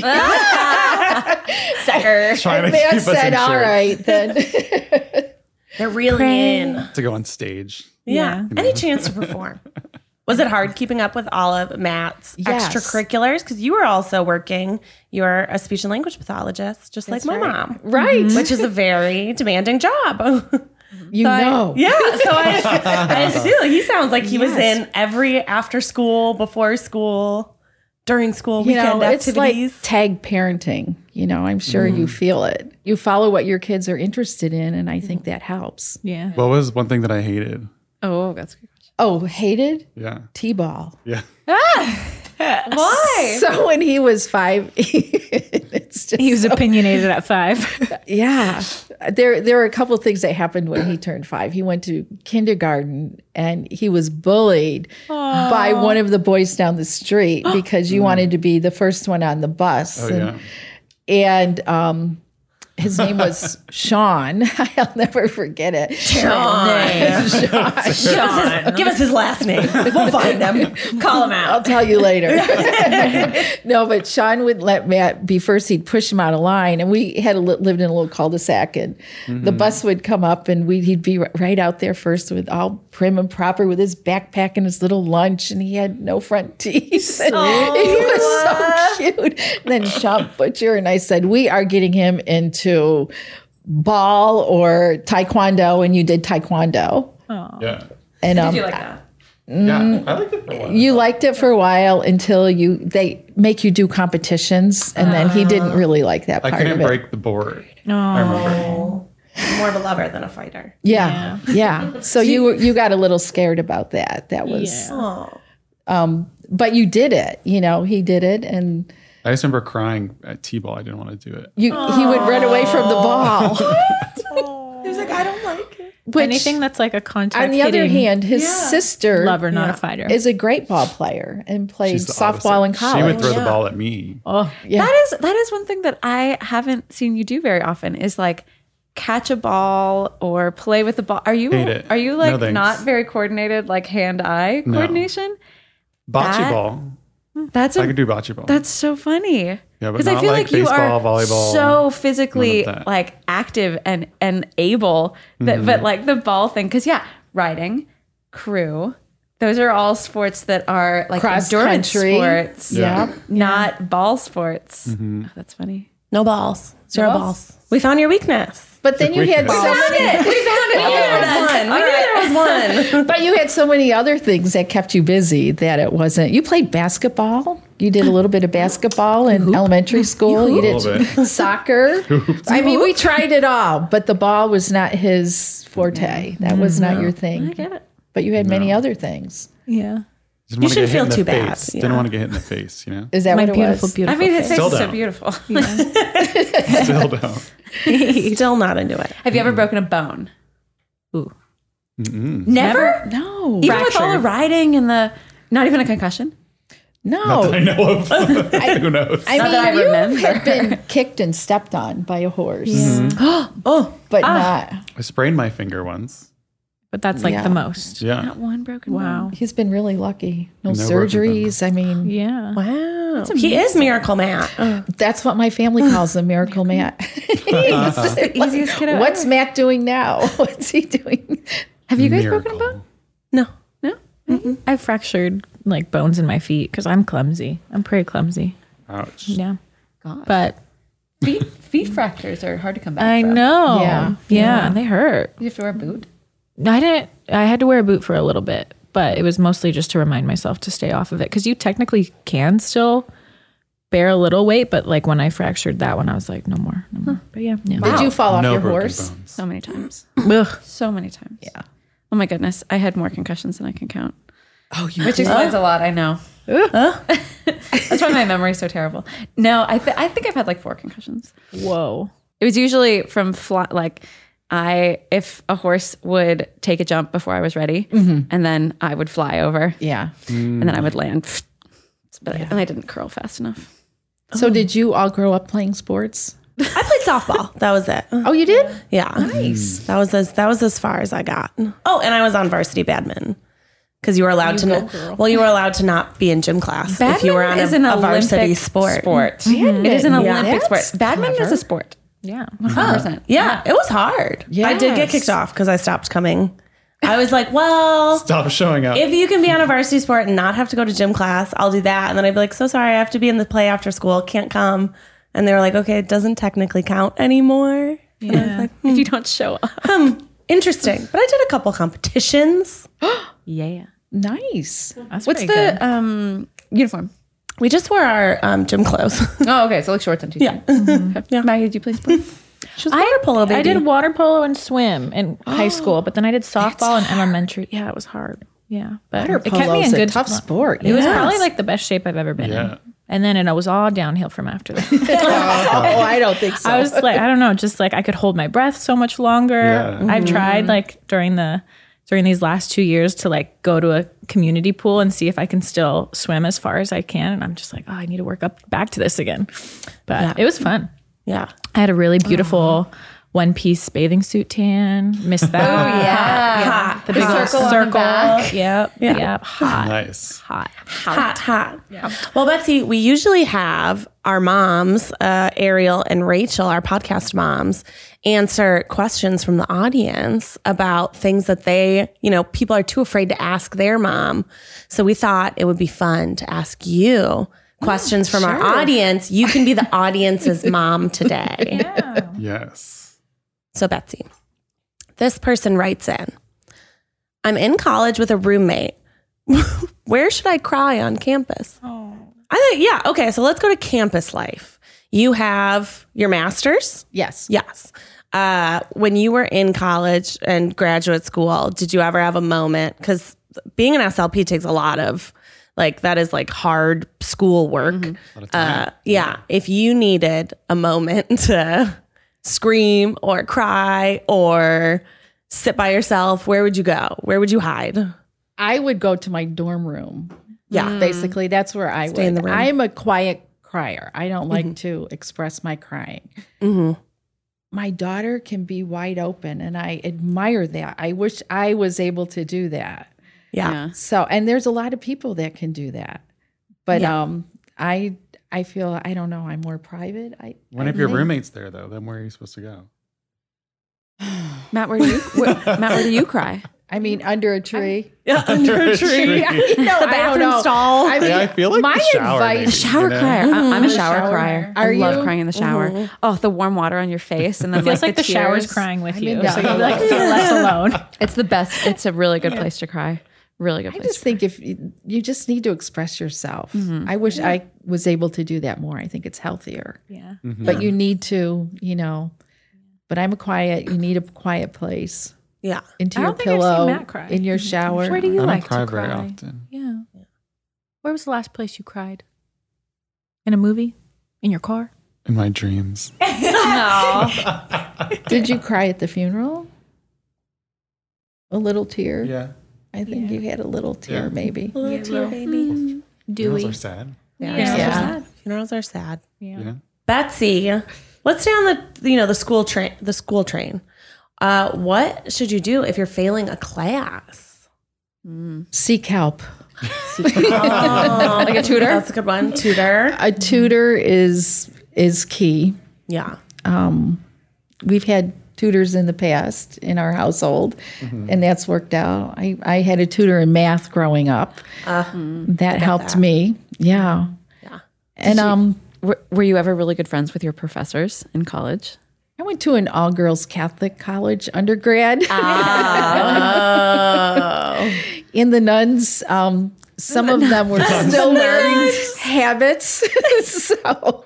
Speaker 4: Sucker.
Speaker 1: Trying to keep
Speaker 3: Matt
Speaker 1: us in
Speaker 3: said,
Speaker 1: shape
Speaker 3: All right, (laughs) then.
Speaker 5: They're really in. Yeah.
Speaker 1: to go on stage.
Speaker 5: Any chance
Speaker 4: (laughs)
Speaker 5: to perform. Was it hard keeping up with all of Matt's
Speaker 3: Yes.
Speaker 5: extracurriculars? Because you were also working. You're a speech and language pathologist, just like my mom.
Speaker 3: right.
Speaker 5: Which is a very demanding job. (laughs)
Speaker 3: You know.
Speaker 5: Yeah, (laughs) so I, I assume he sounds like he was in every after school, before school, during school
Speaker 3: you
Speaker 5: weekend
Speaker 3: know, it's like
Speaker 5: activities.
Speaker 3: tag parenting. You know, I'm sure you feel it. You follow what your kids are interested in, and I think that helps.
Speaker 6: Yeah.
Speaker 1: What was one thing that I hated?
Speaker 4: Oh, that's good.
Speaker 3: Oh, hated
Speaker 1: Yeah.
Speaker 3: T-ball.
Speaker 1: Yeah.
Speaker 4: Why?
Speaker 3: (laughs) So when he was five, (laughs) it's just
Speaker 6: He was opinionated at five.
Speaker 3: yeah. There, there were a couple of things that happened when he turned five. He went to kindergarten and he was bullied by one of the boys down the street because you wanted to be the first one on the bus.
Speaker 1: Oh,
Speaker 3: and
Speaker 1: yeah.
Speaker 3: and um, his name was Sean. (laughs) I'll never forget it. Sean.
Speaker 5: Give us, his, give us his last (laughs) name. We'll find him. Call him out.
Speaker 3: I'll tell
Speaker 4: (laughs)
Speaker 3: you later. no, but Sean wouldn't let Matt be first. He'd push him out of line, and we had a, li- lived in a little cul-de-sac, and the
Speaker 4: Mm-hmm.
Speaker 3: bus would come up, and we he'd be ri- right out there first, with all prim and proper, with his backpack and his little lunch, and he had no
Speaker 4: (laughs)
Speaker 3: front teeth. And (laughs) he was so cute. And then Sean Butcher and I said, "We are getting him into." Ball or taekwondo, and you did taekwondo,
Speaker 1: Yeah.
Speaker 3: and um,
Speaker 4: Did you like that?
Speaker 1: Yeah. I liked it for a while.
Speaker 3: Mm, you liked it for a while until you they make you do competitions, and then he didn't really like that
Speaker 1: Uh-huh. I
Speaker 3: part
Speaker 1: couldn't
Speaker 3: of it. Oh.
Speaker 1: break the board. No. I remember.
Speaker 5: More of a lover than a fighter.
Speaker 3: yeah,
Speaker 1: (laughs)
Speaker 3: yeah. So you were- you got a little scared about that. That was, um,
Speaker 6: Yeah.
Speaker 3: but you did it. You know, he did it, and
Speaker 1: I just remember crying at T-ball. I didn't want to do it.
Speaker 3: you he would run away from the ball.
Speaker 1: (laughs)
Speaker 3: (laughs)
Speaker 5: He was like, I don't like it.
Speaker 3: Which,
Speaker 6: Anything that's like a contact.
Speaker 3: on the other
Speaker 6: hitting
Speaker 3: hand, his sister
Speaker 6: lover, not a fighter.
Speaker 3: is a great ball player and played
Speaker 1: She's the
Speaker 3: softball in
Speaker 1: opposite. She
Speaker 3: college. Oh,
Speaker 1: would throw the ball at me.
Speaker 4: That is that is one thing that I haven't seen you do very often is like catch a ball or play with the ball. Are you
Speaker 1: Hate it.
Speaker 4: are you
Speaker 1: No
Speaker 4: like
Speaker 1: thanks.
Speaker 4: not very coordinated like hand-eye
Speaker 1: No.
Speaker 4: coordination?
Speaker 1: Bocce
Speaker 4: That-
Speaker 1: ball.
Speaker 4: That's
Speaker 1: I
Speaker 4: a
Speaker 1: could do bocce ball.
Speaker 4: That's so funny. Yeah,
Speaker 1: but not like baseball, volleyball,
Speaker 4: so
Speaker 1: none
Speaker 4: physically
Speaker 1: of that. Mm-hmm.
Speaker 4: like active and and able. That, But like the ball thing, because yeah, riding, crew, those are all sports that are like
Speaker 3: Cross
Speaker 4: endurance
Speaker 3: country.
Speaker 4: sports,
Speaker 3: Yeah.
Speaker 4: not ball sports. Oh, that's funny.
Speaker 5: No balls. Zero balls. We found your weakness.
Speaker 3: But then you
Speaker 1: We
Speaker 3: had
Speaker 1: can-
Speaker 3: so many.
Speaker 4: We found it. We knew there was one. We knew there was
Speaker 5: one.
Speaker 3: But you had so many other things that kept you busy that it wasn't. You played basketball. You did a little bit of basketball in elementary school. You,
Speaker 1: hooped? A little (laughs)
Speaker 3: did (laughs) soccer. I mean, we tried it all, but the ball was not his forte. That was not your thing. I get it. But you had many other things.
Speaker 6: Yeah.
Speaker 1: Didn't wanna get
Speaker 5: shouldn't
Speaker 1: hit in
Speaker 5: feel
Speaker 1: the
Speaker 5: too bad,
Speaker 1: face.
Speaker 5: yeah.
Speaker 1: Didn't want to get hit in the face, you
Speaker 3: (laughs)
Speaker 1: know?
Speaker 3: Is that
Speaker 6: My
Speaker 3: what it
Speaker 6: beautiful,
Speaker 3: was?
Speaker 4: (laughs)
Speaker 6: beautiful.
Speaker 4: I mean, his face
Speaker 1: Still
Speaker 4: is so
Speaker 1: down.
Speaker 4: beautiful.
Speaker 1: Still don't.
Speaker 5: Still not into it.
Speaker 4: (laughs) Have you ever broken a bone?
Speaker 1: Mm-mm.
Speaker 4: Never?
Speaker 3: No.
Speaker 4: Even with all the riding and the, not even a concussion?
Speaker 1: Not
Speaker 3: No.
Speaker 1: that I know of. (laughs) Who knows?
Speaker 3: Oh. I
Speaker 4: Not
Speaker 3: mean,
Speaker 4: that I
Speaker 3: you
Speaker 4: remember.
Speaker 3: had been kicked and stepped on by a horse,
Speaker 1: Mm-hmm.
Speaker 4: Oh,
Speaker 3: but not.
Speaker 1: I sprained my finger once.
Speaker 6: But that's like
Speaker 3: Yeah.
Speaker 6: the most.
Speaker 1: Yeah.
Speaker 4: not one broken wow.
Speaker 3: He's been really lucky. No
Speaker 1: No broken
Speaker 3: surgeries. I mean,
Speaker 6: Yeah.
Speaker 5: Wow. He is Miracle Matt.
Speaker 3: that's what my family calls him, Miracle Matt. (laughs)
Speaker 4: Easiest kiddo
Speaker 3: What's Matt doing now? (laughs) What's he doing?
Speaker 4: Have you guys broken
Speaker 1: Miracle.
Speaker 4: a bone?
Speaker 5: No.
Speaker 6: I fractured like bones in my feet because I'm clumsy. I'm pretty clumsy.
Speaker 1: Ouch.
Speaker 6: Yeah. But
Speaker 4: Feet, feet fractures are hard to come back
Speaker 6: I
Speaker 4: from.
Speaker 6: know.
Speaker 3: Yeah.
Speaker 6: Yeah. And they hurt.
Speaker 4: You have to wear a boot.
Speaker 6: I didn't, I had to wear a boot for a little bit, but it was mostly just to remind myself to stay off of it because you technically can still bear a little weight. But like when I fractured that one, I was like, no more. No more. But yeah. yeah.
Speaker 3: Did you fall off
Speaker 1: No
Speaker 3: your
Speaker 1: broken
Speaker 3: horse?
Speaker 1: bones.
Speaker 4: So many times.
Speaker 6: Ugh.
Speaker 4: So many times. Yeah. Oh my goodness. I had more concussions than I can count. Oh, you Which explains a lot, I know. (laughs) That's why my memory's so terrible. No, I, th- I think I've had like four concussions.
Speaker 6: Whoa.
Speaker 4: It was usually from fly- like I if a horse would take a jump before I was ready, and then I would fly over,
Speaker 3: Yeah.
Speaker 4: and then I would land. But I- and I didn't curl fast enough.
Speaker 3: So did you all grow up playing sports?
Speaker 5: I played softball. That was it.
Speaker 3: Oh, you did?
Speaker 5: Yeah. Uh, Nice. That was as that was as far as I got. Oh, and I was on varsity badminton. Because you were allowed to, not, well, you were allowed to not be in gym class if you were on a, a varsity sport.
Speaker 4: It is an
Speaker 5: Yeah.
Speaker 4: Olympic
Speaker 3: That's
Speaker 4: sport. Badminton is a sport.
Speaker 6: Yeah.
Speaker 4: 100%.
Speaker 5: Yeah, it was hard. I did get kicked
Speaker 3: Yes.
Speaker 5: off because I stopped coming. I was like, well,
Speaker 1: Stop showing up.
Speaker 5: if you can be on a varsity sport and not have to go to gym class, I'll do that. And then I'd be like, so sorry, I have to be in the play after school, can't come. And they were like, okay, it doesn't technically count anymore. And I was like, "Hmm." Um,
Speaker 4: If you don't show up.
Speaker 5: interesting. But I did a couple competitions.
Speaker 4: Yeah.
Speaker 3: Nice.
Speaker 6: That's
Speaker 4: What's
Speaker 6: pretty
Speaker 4: the
Speaker 6: good.
Speaker 4: um uniform?
Speaker 5: We just wore our um, gym clothes. (laughs)
Speaker 4: Oh, okay. So like shorts and t-shirt.
Speaker 5: yeah.
Speaker 4: Maggie, do you play sports?
Speaker 5: She was water polo baby.
Speaker 6: I did water polo and swim in
Speaker 3: Oh,
Speaker 6: high school, but then I did softball in elementary. Yeah, it was hard. Yeah, but it kept me in
Speaker 3: Polo's a
Speaker 6: good
Speaker 3: tough
Speaker 6: spot.
Speaker 3: sport.
Speaker 6: It was probably like the best shape I've ever been
Speaker 1: Yeah.
Speaker 6: in. And then it was all downhill from after that.
Speaker 3: (laughs) oh, I don't think so.
Speaker 6: I was like, I don't know, just like I could hold my breath so much longer.
Speaker 1: Yeah.
Speaker 6: I've
Speaker 3: Mm-hmm.
Speaker 6: tried like during the during these last two years to like go to a community pool and see if I can still swim as far as I can. And I'm just like, oh, I need to work up back to this again. But it was fun.
Speaker 5: Yeah.
Speaker 6: I had a really beautiful one piece bathing suit tan. Missed that. Oh, (laughs) yeah. The big old circle. (laughs) Yep. Yeah. Yep. Hot.
Speaker 1: nice.
Speaker 6: Hot.
Speaker 5: Hot, hot. Well, Betsy, we usually have our moms, uh, Ariel and Rachel, our podcast moms, answer questions from the audience about things that they, you know, people are too afraid to ask their mom. So we thought it would be fun to ask you questions from our audience. You can be the audience's mom today.
Speaker 1: Yes.
Speaker 5: So, Betsy, this person writes in I'm in college with a roommate. (laughs) Where should I cry on campus? I think, yeah, okay, so let's go to campus life. You have your master's?
Speaker 3: yes.
Speaker 5: Yes. Uh, when you were in college and graduate school, did you ever have a moment? Because being an SLP takes a lot of, like, that is like hard school work. Uh, yeah. If you needed a moment (laughs) to scream or cry or sit by yourself, where would you go? Where would you hide?
Speaker 3: I would go to my dorm room.
Speaker 5: Yeah.
Speaker 3: Basically, that's where I
Speaker 5: in
Speaker 3: would.
Speaker 5: the room.
Speaker 3: I'm a quiet crier. I don't like to express my crying.
Speaker 5: Mhm.
Speaker 3: My daughter can be wide open, and I admire that. I wish I was able to do that.
Speaker 5: Yeah.
Speaker 3: So, and there's a lot of people that can do that, but um, I I feel I don't know. I'm more private. I
Speaker 1: When
Speaker 3: I
Speaker 1: if your
Speaker 3: think-
Speaker 1: roommate's there though, then where are you supposed to go?
Speaker 4: Matt, where do you where, Matt, where do you cry?
Speaker 3: I mean, under a tree.
Speaker 4: (laughs)
Speaker 3: (laughs)
Speaker 5: No, the bathroom stall.
Speaker 3: I mean,
Speaker 1: Yeah, I feel like
Speaker 3: my
Speaker 1: the shower
Speaker 3: advice.
Speaker 1: maybe, you
Speaker 4: Shower
Speaker 1: know?
Speaker 4: crier. I, am a Mm-hmm. shower,
Speaker 3: shower.
Speaker 4: crier.
Speaker 3: Are
Speaker 4: I love
Speaker 3: you?
Speaker 4: crying in the shower. Oh, the warm water on your face, and then
Speaker 6: Feels
Speaker 4: like,
Speaker 6: like the, shower's
Speaker 4: tears.
Speaker 6: crying with you,
Speaker 3: yeah.
Speaker 6: (laughs) so you like feel less alone.
Speaker 4: It's the best. It's a really good place to cry. Really good
Speaker 3: I
Speaker 4: place.
Speaker 3: just think if you, you just need to express yourself. I wish I was able to do that more. I think it's healthier.
Speaker 6: Yeah.
Speaker 1: Mm-hmm.
Speaker 3: But you need to, you know. But I'm a quiet. You need a quiet place
Speaker 5: Yeah.
Speaker 3: into
Speaker 6: I
Speaker 3: your
Speaker 6: don't think I've seen
Speaker 3: pillow,
Speaker 6: Matt cry.
Speaker 3: in your shower.
Speaker 6: Where do you
Speaker 1: I
Speaker 6: like
Speaker 1: don't cry
Speaker 6: to
Speaker 1: very
Speaker 6: cry?
Speaker 1: often.
Speaker 6: (laughs) Yeah. Where was the last place you cried? In a movie? In your car?
Speaker 1: In my dreams.
Speaker 3: Did you cry at the funeral? A little tear.
Speaker 1: Yeah.
Speaker 3: I think you had a little tear,
Speaker 1: Yeah.
Speaker 3: maybe.
Speaker 5: Little tear baby.
Speaker 1: Funerals are sad.
Speaker 6: Yeah.
Speaker 3: Yeah.
Speaker 5: Funerals are sad.
Speaker 6: Yeah.
Speaker 1: Yeah.
Speaker 5: Betsy, let's stay on the you know the school train. The school train. Uh, what should you do if you're failing a class?
Speaker 3: Seek help.
Speaker 5: (laughs) like a tutor. That's a good one. Tutor.
Speaker 3: A tutor is is key. Um,
Speaker 5: Yeah.
Speaker 3: we've had tutors in the past in our household,
Speaker 1: Mm-hmm.
Speaker 3: and that's worked out. I, I had a tutor in math growing up.
Speaker 6: Uh-huh.
Speaker 3: that helped me. Yeah.
Speaker 5: Yeah.
Speaker 3: And um,
Speaker 4: were, were you ever really good friends with your professors in college?
Speaker 3: I went to an all girls Catholic college undergrad. (laughs) in the nuns, um, some of them were still wearing habits. (laughs) so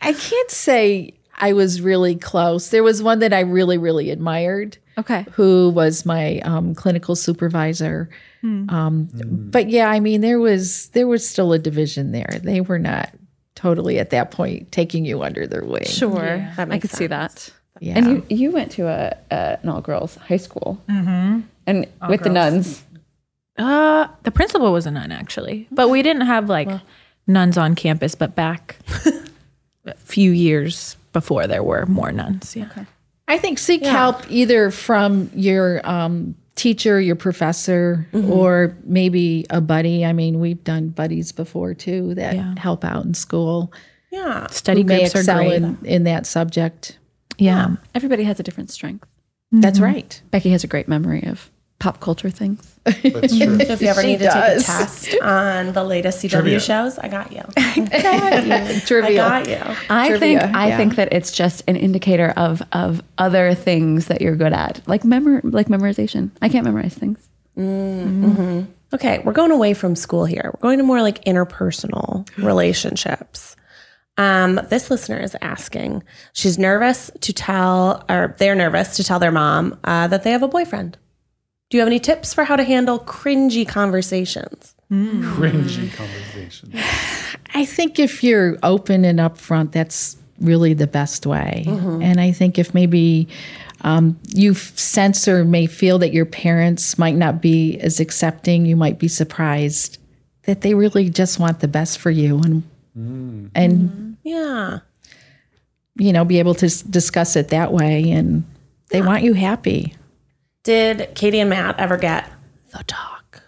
Speaker 3: I can't say I was really close. There was one that I really, really admired.
Speaker 4: Okay.
Speaker 3: who was my um, clinical supervisor. Um, But yeah, I mean, there was there was still a division there. They were not totally at that point taking you under their wing.
Speaker 4: Sure.
Speaker 5: that
Speaker 4: I
Speaker 5: makes
Speaker 4: could see that.
Speaker 3: Yeah.
Speaker 4: And you, you went to a, a an all girls high school mm-hmm. and with the nuns.
Speaker 6: Uh, the principal was a nun actually, but we didn't have like nuns on campus. But (laughs) back a few years before, there were more nuns. Yeah.
Speaker 3: I think seek help either from your um, teacher, your professor,
Speaker 6: Mm-hmm.
Speaker 3: or maybe a buddy. I mean, we've done buddies before too that
Speaker 6: Yeah.
Speaker 3: help out in school.
Speaker 5: (laughs) Yeah.
Speaker 6: Study
Speaker 3: who may
Speaker 6: groups are
Speaker 3: excel
Speaker 6: great.
Speaker 3: in, in that subject.
Speaker 6: yeah.
Speaker 4: Everybody has a different strength.
Speaker 6: Mm-hmm.
Speaker 3: That's right.
Speaker 4: Becky has a great memory of pop culture things.
Speaker 1: That's true.
Speaker 5: If you ever
Speaker 3: She
Speaker 5: need
Speaker 3: does.
Speaker 5: to take a test on the latest CW
Speaker 1: Trivia.
Speaker 5: shows, (laughs) I got you. I
Speaker 3: Trivial.
Speaker 5: got you.
Speaker 4: I think
Speaker 3: Trivia,
Speaker 4: I
Speaker 3: yeah.
Speaker 4: think that it's just an indicator of of other things that you're good at, like memor like memorization. I can't memorize things.
Speaker 5: Okay, we're going away from school here. We're going to more like interpersonal relationships. Um, this listener is asking. She's nervous to tell, or they're nervous to tell their mom uh, that they have a boyfriend. Do you have any tips for how to handle cringy conversations?
Speaker 1: Cringy conversation.
Speaker 3: I think if you're open and upfront, that's really the best way. And I think if maybe um, you f- sense or may feel that your parents might not be as accepting, you might be surprised that they really just want the best for you and and
Speaker 5: Yeah,
Speaker 3: you know be able to s- discuss it that way and they want you happy.
Speaker 5: Did Katie and Matt ever get the talk?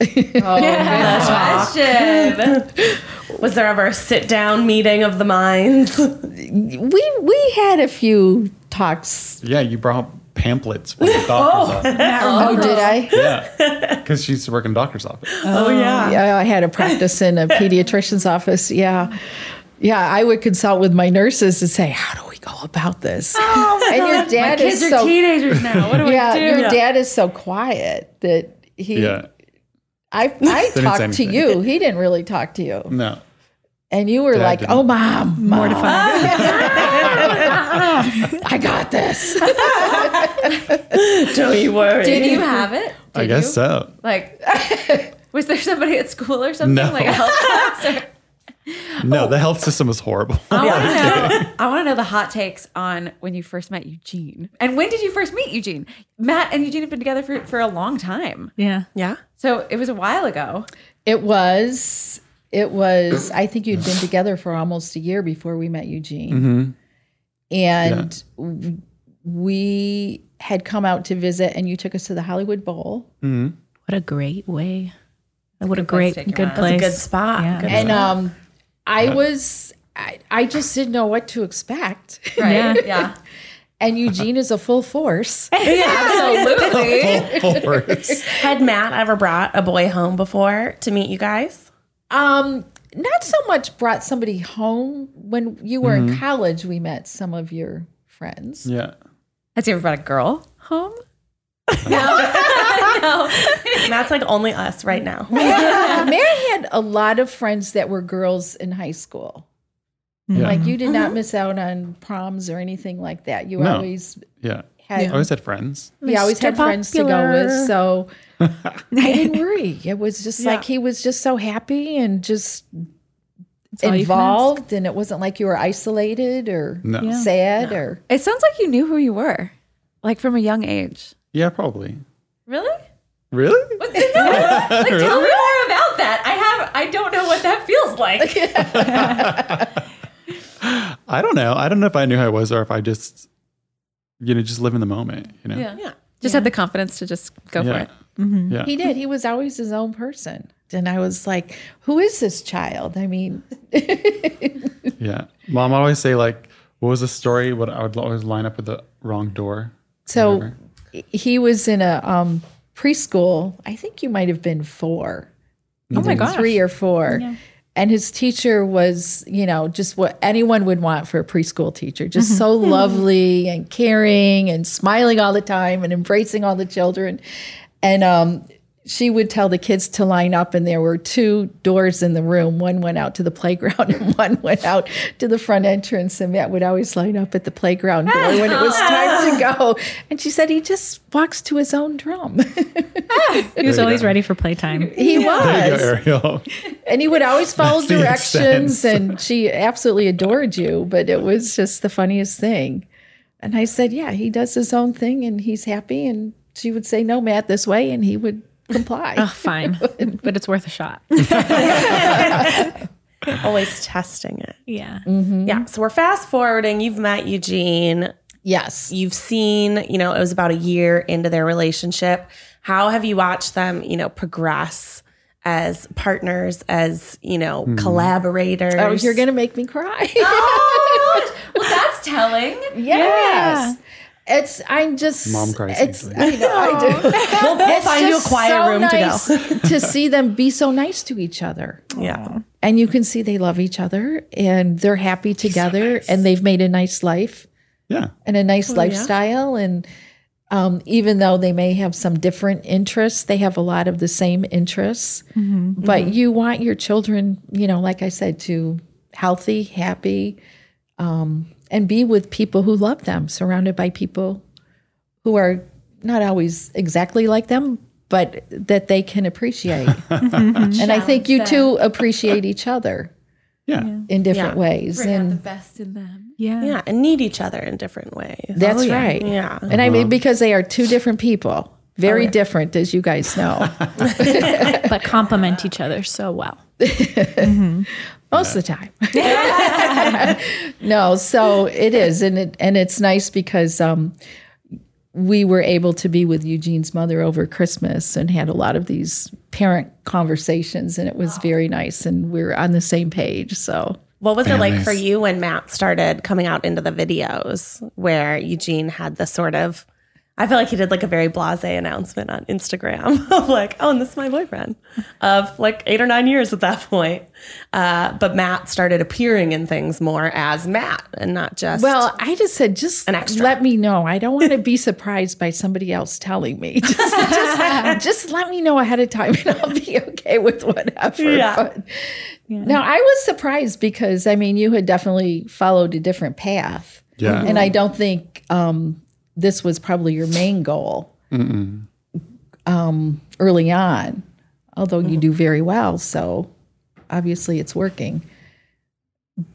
Speaker 5: Oh, question. Was there ever a sit down meeting of the minds?
Speaker 3: We we had a few talks.
Speaker 1: Yeah, you brought pamphlets from the doctor's office.
Speaker 3: Oh, did I?
Speaker 1: Yeah. Because she used to work in doctor's office.
Speaker 5: Oh, yeah.
Speaker 3: Yeah, I had a practice in a pediatrician's office. Yeah. Yeah, I would consult with my nurses and say, "How do we go about this?" and your dad is so
Speaker 4: teenagers now. What do
Speaker 3: yeah, your dad is so quiet that he
Speaker 1: Yeah. (laughs)
Speaker 3: I I
Speaker 1: say
Speaker 3: talked to
Speaker 1: anything.
Speaker 3: you. He didn't really talk to you,
Speaker 1: No.
Speaker 3: and you were
Speaker 1: Dad
Speaker 3: like,
Speaker 1: didn't.
Speaker 3: "Oh, mom, mom mortified. (laughs) I got this."
Speaker 5: Don't you worry.
Speaker 4: Did you have it?
Speaker 1: I guess so.
Speaker 4: Like, (laughs) was there somebody at school or something?
Speaker 1: No.
Speaker 4: Like, I
Speaker 3: (laughs)
Speaker 1: No, the health system was horrible.
Speaker 4: want to know. I want to know the hot takes on when you first met Eugene, and when did you first meet Eugene? Matt and Eugene have been together for for a long time,
Speaker 6: Yeah.
Speaker 5: yeah.
Speaker 4: so it was a while ago.
Speaker 3: It was. It was. I think you'd been together for almost a year before we met Eugene, and w- we had come out to visit, and you took us to the Hollywood Bowl,
Speaker 6: What a great way. What a great, good place.
Speaker 5: Good spot. Good
Speaker 3: and um, I was. I, I just didn't know what to expect.
Speaker 4: (laughs) Right? Yeah.
Speaker 3: (laughs) and Eugene is a full force.
Speaker 1: (laughs)
Speaker 5: Absolutely.
Speaker 1: Full force.
Speaker 5: Had Matt ever brought a boy home before to meet you guys?
Speaker 3: Um, not so much brought somebody home when you were in college. We met some of your friends.
Speaker 1: yeah.
Speaker 4: (laughs) Has he ever brought a girl home?
Speaker 5: Matt's like only us right
Speaker 3: (laughs)
Speaker 5: now.
Speaker 3: (laughs) Mary had a lot of friends that were girls in high school.
Speaker 1: Yeah.
Speaker 3: Mm-hmm. Like you did not miss out on proms or anything like that. You
Speaker 1: No.
Speaker 3: always
Speaker 1: yeah.
Speaker 3: had
Speaker 1: I always had friends.
Speaker 3: we always had friends to go with.
Speaker 1: (laughs)
Speaker 3: So I didn't worry. It was just
Speaker 5: Yeah.
Speaker 3: like he was just so happy and just
Speaker 6: all you can
Speaker 3: involved, and it wasn't like you were isolated or
Speaker 1: No. Yeah.
Speaker 3: sad or
Speaker 4: It sounds like you knew who you were, like from a young age.
Speaker 1: Yeah, probably.
Speaker 4: Really?
Speaker 1: Really?
Speaker 4: Tell me more about that. I have. I don't know what that feels (laughs) like.
Speaker 1: I don't know. I don't know if I knew who I was or if I just, you know, just live in the moment, you know?
Speaker 4: Yeah. Just had the confidence to just go for
Speaker 1: Yeah.
Speaker 4: it.
Speaker 1: Yeah.
Speaker 3: he did. He was always his own person. And I was like, who is this child?
Speaker 1: (laughs)
Speaker 3: I mean,
Speaker 1: (laughs) Yeah. Mom would always say like, what was the story? What I would always line up with the wrong door.
Speaker 3: so he was in a um, preschool. I think you might have been four.
Speaker 4: Oh my gosh.
Speaker 3: three or four. And his teacher was, you know, just what anyone would want for a preschool teacher, just so lovely and caring and smiling all the time and embracing all the children. And um, she would tell the kids to line up, and there were two doors in the room. One went out to the playground, (laughs) and one went out to the front entrance. And Matt would always line up at the playground door when it was (laughs) time to go. And she said he just walks to his own drum.
Speaker 6: He was always ready for
Speaker 3: (laughs)
Speaker 6: playtime.
Speaker 3: he was
Speaker 1: There you go, Ariel. (laughs)
Speaker 3: and he would always follow
Speaker 1: the
Speaker 3: directions and she absolutely adored you but it was just the funniest thing and i said yeah he does his own thing and he's happy and she would say no matt this way and he would comply
Speaker 6: Oh, (laughs) fine, but it's worth a shot.
Speaker 5: Always testing it.
Speaker 6: (laughs) Yeah.
Speaker 3: Mhm.
Speaker 5: Yeah. So we're fast forwarding. You've met Eugene.
Speaker 3: yes
Speaker 5: You've seen, you know, it was about a year into their relationship. How have you watched them, you know, progress as partners, as, you know, collaborators?
Speaker 3: Hmm. oh you're gonna make me cry (laughs)
Speaker 4: Oh Well, that's telling.
Speaker 3: yes It's. I'm just.
Speaker 1: Mom cries
Speaker 3: It's.
Speaker 1: usually.
Speaker 3: I know. I do.
Speaker 5: (laughs) We'll both
Speaker 3: It's
Speaker 5: find you a
Speaker 3: just
Speaker 5: quiet
Speaker 3: so
Speaker 5: room to go. (laughs)
Speaker 3: nice to see them be so nice to each other.
Speaker 5: Yeah.
Speaker 3: and you can see they love each other and they're happy together and they've made a nice life
Speaker 1: Yeah.
Speaker 3: and a nice lifestyle and um, even though they may have some different interests they have a lot of the same interests but you want your children you know like i said to healthy happy um, and be with people who love them surrounded by people who are not always exactly like them but that they can appreciate and i think you two appreciate each other
Speaker 1: Yeah.
Speaker 3: in different
Speaker 5: Yeah.
Speaker 3: ways and
Speaker 4: Best in them.
Speaker 6: Yeah.
Speaker 5: Yeah. And need each other in different ways.
Speaker 3: that's right
Speaker 5: Yeah.
Speaker 3: And I mean, because they are two different people, very different, as you guys know.
Speaker 6: But complement each other so well.
Speaker 3: most of the time. no, so it is, and it and it's nice because um, we were able to be with Eugene's mother over Christmas and had a lot of these parent conversations, and it was very nice, and we are on the same page. So
Speaker 5: What was it like for you when Matt started coming out into the videos where Eugene had the sort of I feel like he did like a very blasé announcement on Instagram (laughs) of like, oh, and this is my boyfriend of like eight or nine years at that point. Uh, but Matt started appearing in things more as Matt and not just
Speaker 3: Well, I just said, just
Speaker 5: An extra.
Speaker 3: let me know. I don't want to be surprised by somebody else telling me. (laughs)
Speaker 5: (laughs)
Speaker 3: Just, just, just let me know ahead of time and I'll be okay with whatever.
Speaker 5: Yeah.
Speaker 3: But, No, I was surprised because, I mean, you had definitely followed a different path.
Speaker 1: Yeah.
Speaker 5: Uh-huh.
Speaker 3: And I don't think um, this was probably your main goal um, early on, although you do very well. So obviously it's working.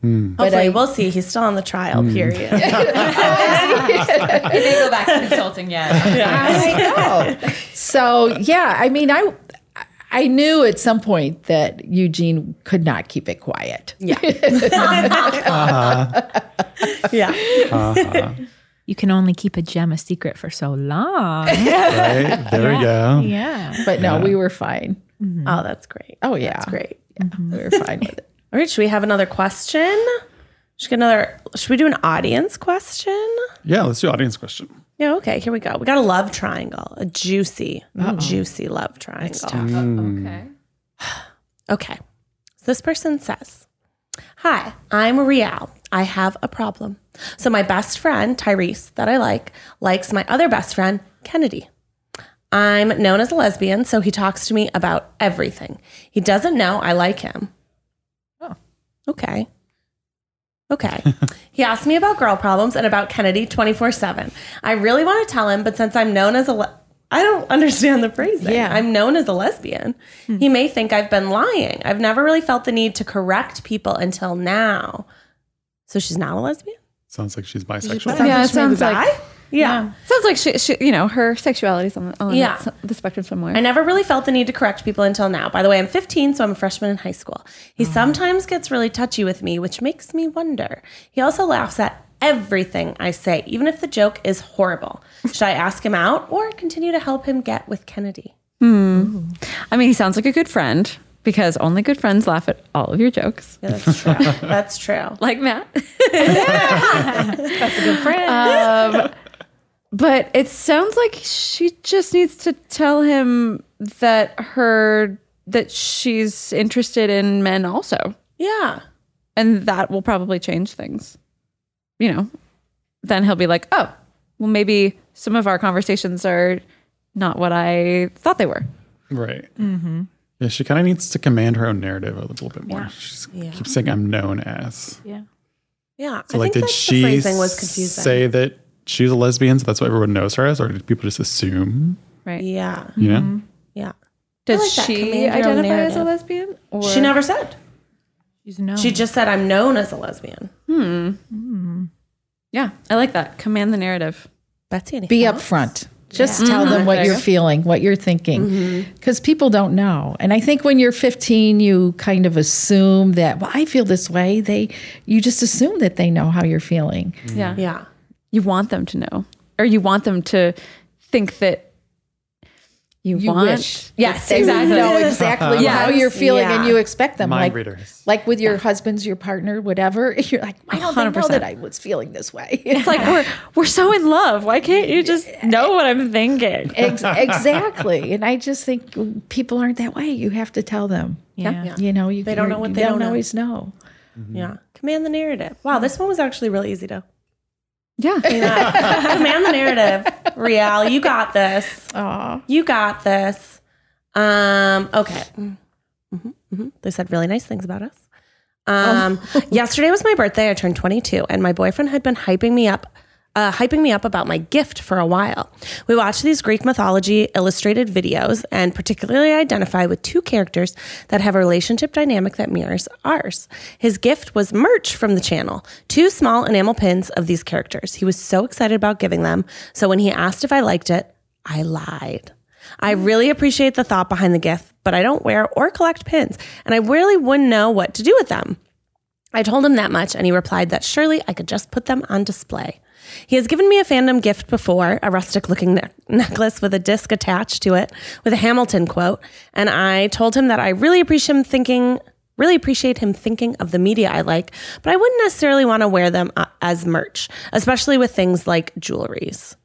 Speaker 5: hopefully
Speaker 3: I-
Speaker 5: we'll see. He's still on the trial period.
Speaker 4: They didn't go back to consulting yet.
Speaker 3: I know. So yeah, I mean, I I knew at some point that Eugene could not keep it quiet.
Speaker 5: yeah.
Speaker 6: You can only keep a gem a secret for so long.
Speaker 1: Right. There we go.
Speaker 6: (laughs) yeah.
Speaker 3: But no, we were fine.
Speaker 5: Oh, that's great.
Speaker 3: Oh yeah,
Speaker 5: That's great.
Speaker 3: Yeah, we were fine with it.
Speaker 5: All right, should we have another question? Should we get another? Should we do an audience question?
Speaker 1: Yeah, let's do audience question.
Speaker 5: Yeah. Okay. Here we go. We got a love triangle, a juicy, juicy love triangle.
Speaker 4: Okay.
Speaker 5: (sighs) Okay. So this person says, Hi, I'm Rial. I have a problem. So my best friend, Tyrese, that I like, likes my other best friend, Kennedy. I'm known as a lesbian, so he talks to me about everything. He doesn't know I like him. Oh. Okay. Okay. he asked me about girl problems and about Kennedy 24 7. I really want to tell him, but since I'm known as a le- I don't (laughs) understand the phrasing.
Speaker 3: Yeah.
Speaker 5: I'm known as a lesbian. He may think I've been lying. I've never really felt the need to correct people until now. So she's not a lesbian?
Speaker 1: Sounds like she's bisexual.
Speaker 3: Sounds
Speaker 4: yeah,
Speaker 3: like
Speaker 4: it
Speaker 3: she may be
Speaker 4: sounds like
Speaker 5: bi? Yeah.
Speaker 4: sounds like she, she you know, her sexuality's on, on
Speaker 5: Yeah.
Speaker 4: the, the spectrum somewhere.
Speaker 5: I never really felt the need to correct people until now. By the way, I'm 15, so I'm a freshman in high school. He
Speaker 1: Mm-hmm.
Speaker 5: sometimes gets really touchy with me, which makes me wonder. He also laughs at everything I say, even if the joke is horrible. Should I ask him out or continue to help him get with Kennedy?
Speaker 4: I mean, he sounds like a good friend because only good friends laugh at all of your jokes.
Speaker 5: Yeah, that's true.
Speaker 1: (laughs)
Speaker 5: that's true.
Speaker 4: like (laughs) Matt. That's a good friend. Um, but it sounds like she just needs to tell him that her that she's interested in men also,
Speaker 5: Yeah.
Speaker 4: and that will probably change things. You know, then he'll be like, "Oh, well, maybe some of our conversations are not what I thought they were."
Speaker 1: Right. Yeah, she kind of needs to command her own narrative a little bit more. She just keeps saying, I'm known as.
Speaker 5: Yeah.
Speaker 1: So, like, did
Speaker 5: that's
Speaker 1: she
Speaker 5: the phrasing was confusing.
Speaker 1: say that she's a lesbian, so that's what everyone knows her as? Or did people just assume?
Speaker 4: Right?
Speaker 5: yeah.
Speaker 1: You know?
Speaker 5: Yeah.
Speaker 4: Does
Speaker 5: like that.
Speaker 4: she
Speaker 5: Command your own
Speaker 4: identify as a
Speaker 5: narrative.
Speaker 4: lesbian? Or
Speaker 5: She never said.
Speaker 6: She's no.
Speaker 1: Oh.
Speaker 5: She just said, I'm known as a lesbian.
Speaker 4: yeah, I like that. Command the narrative.
Speaker 5: Betsy, anything
Speaker 3: Be
Speaker 5: else?
Speaker 3: upfront. Just tell them what
Speaker 4: There
Speaker 3: you're
Speaker 4: you go.
Speaker 3: feeling, what you're thinking, because people don't know. And I think when you're 15, you kind of assume that. Well, I feel this way. They, you just assume that they know how you're feeling.
Speaker 4: Yeah.
Speaker 5: Yeah.
Speaker 4: you want them to know or you want them to think that you,
Speaker 3: You
Speaker 4: want
Speaker 3: wish.
Speaker 4: yes
Speaker 3: that they
Speaker 4: exactly
Speaker 5: (laughs)
Speaker 3: Know exactly
Speaker 4: Yes.
Speaker 3: how you're feeling, and
Speaker 5: Yeah.
Speaker 3: you expect them
Speaker 1: Mind
Speaker 3: like
Speaker 1: readers.
Speaker 3: like with your husband's your partner, whatever. (laughs) You're like, why don't they know
Speaker 4: 100%.
Speaker 3: that I was feeling this way? (laughs)
Speaker 4: it's like we're we're so in love why can't you just know what i'm thinking
Speaker 3: Ex- exactly. And I just think people aren't that way. You have to tell them.
Speaker 6: Yeah.
Speaker 5: Yeah.
Speaker 3: You know, you
Speaker 5: They don't
Speaker 3: you're-
Speaker 5: know what
Speaker 3: you
Speaker 5: they don't know.
Speaker 3: always know.
Speaker 1: Mm-hmm.
Speaker 5: Yeah. Command the narrative. Wow, this one was actually really easy to
Speaker 4: yeah
Speaker 5: Yeah. Command the narrative. Rial, you got this.
Speaker 3: Aw.
Speaker 5: You got this. Um, okay. Mhm, mhm. They said really nice things about us. Um, yesterday was my birthday. I turned 22, and my boyfriend had been hyping me up. Uh, hyping me up about my gift for a while. We watched these Greek mythology illustrated videos and particularly identify with two characters that have a relationship dynamic that mirrors ours. His gift was merch from the channel, two small enamel pins of these characters. He was so excited about giving them. So when he asked if I liked it, I lied. I really appreciate the thought behind the gift, but I don't wear or collect pins, and I really wouldn't know what to do with them. I told him that much, and he replied that surely I could just put them on display. He has given me a fandom gift before, a rustic looking ne- (laughs) necklace with a disc attached to it with a Hamilton quote, and I told him that I really appreciate him thinking really appreciate him thinking of the media I like, but I wouldn't necessarily want to wear them uh, as merch, especially with things like jewelries.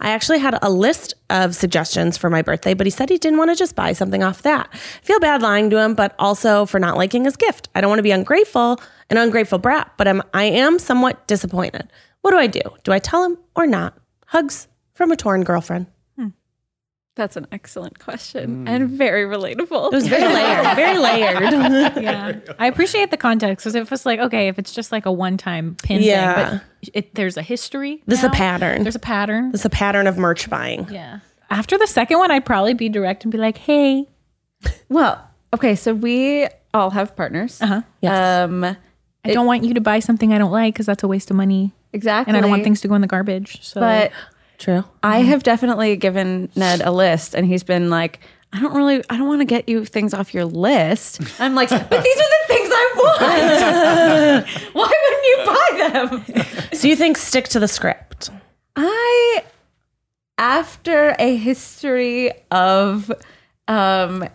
Speaker 5: I actually had a list of suggestions for my birthday, but he said he didn't want to just buy something off that. I feel bad lying to him, but also for not liking his gift. I don't want to be ungrateful, an ungrateful brat, but I'm, I am somewhat disappointed. What do I do? Do I tell him or not? Hugs from a torn girlfriend.
Speaker 4: that's an excellent question and very relatable
Speaker 5: It was very layered, very layered. (laughs)
Speaker 6: yeah. I appreciate the context because if it's like, okay, if it's just like a one time pin
Speaker 5: Yeah.
Speaker 6: thing, but it, there's a history.
Speaker 5: There's a
Speaker 6: now.
Speaker 5: pattern.
Speaker 6: There's a pattern.
Speaker 5: It's a pattern of merch buying.
Speaker 6: Yeah. After the second one, I'd probably be direct and be like, hey,
Speaker 4: well okay so we all have partners uh-huh um
Speaker 6: I don't want you to buy something I don't like because that's a waste of money.
Speaker 4: exactly
Speaker 6: And I don't want things to Mm-hmm. go in the garbage. So
Speaker 4: but
Speaker 5: True.
Speaker 4: I have definitely given Ned a list, and he's been like, I don't really, I don't want to get you things off your list. I'm like, but these are the things I want. (laughs) Why wouldn't you buy them?
Speaker 5: So you think stick to the script?
Speaker 4: I, after a history of um,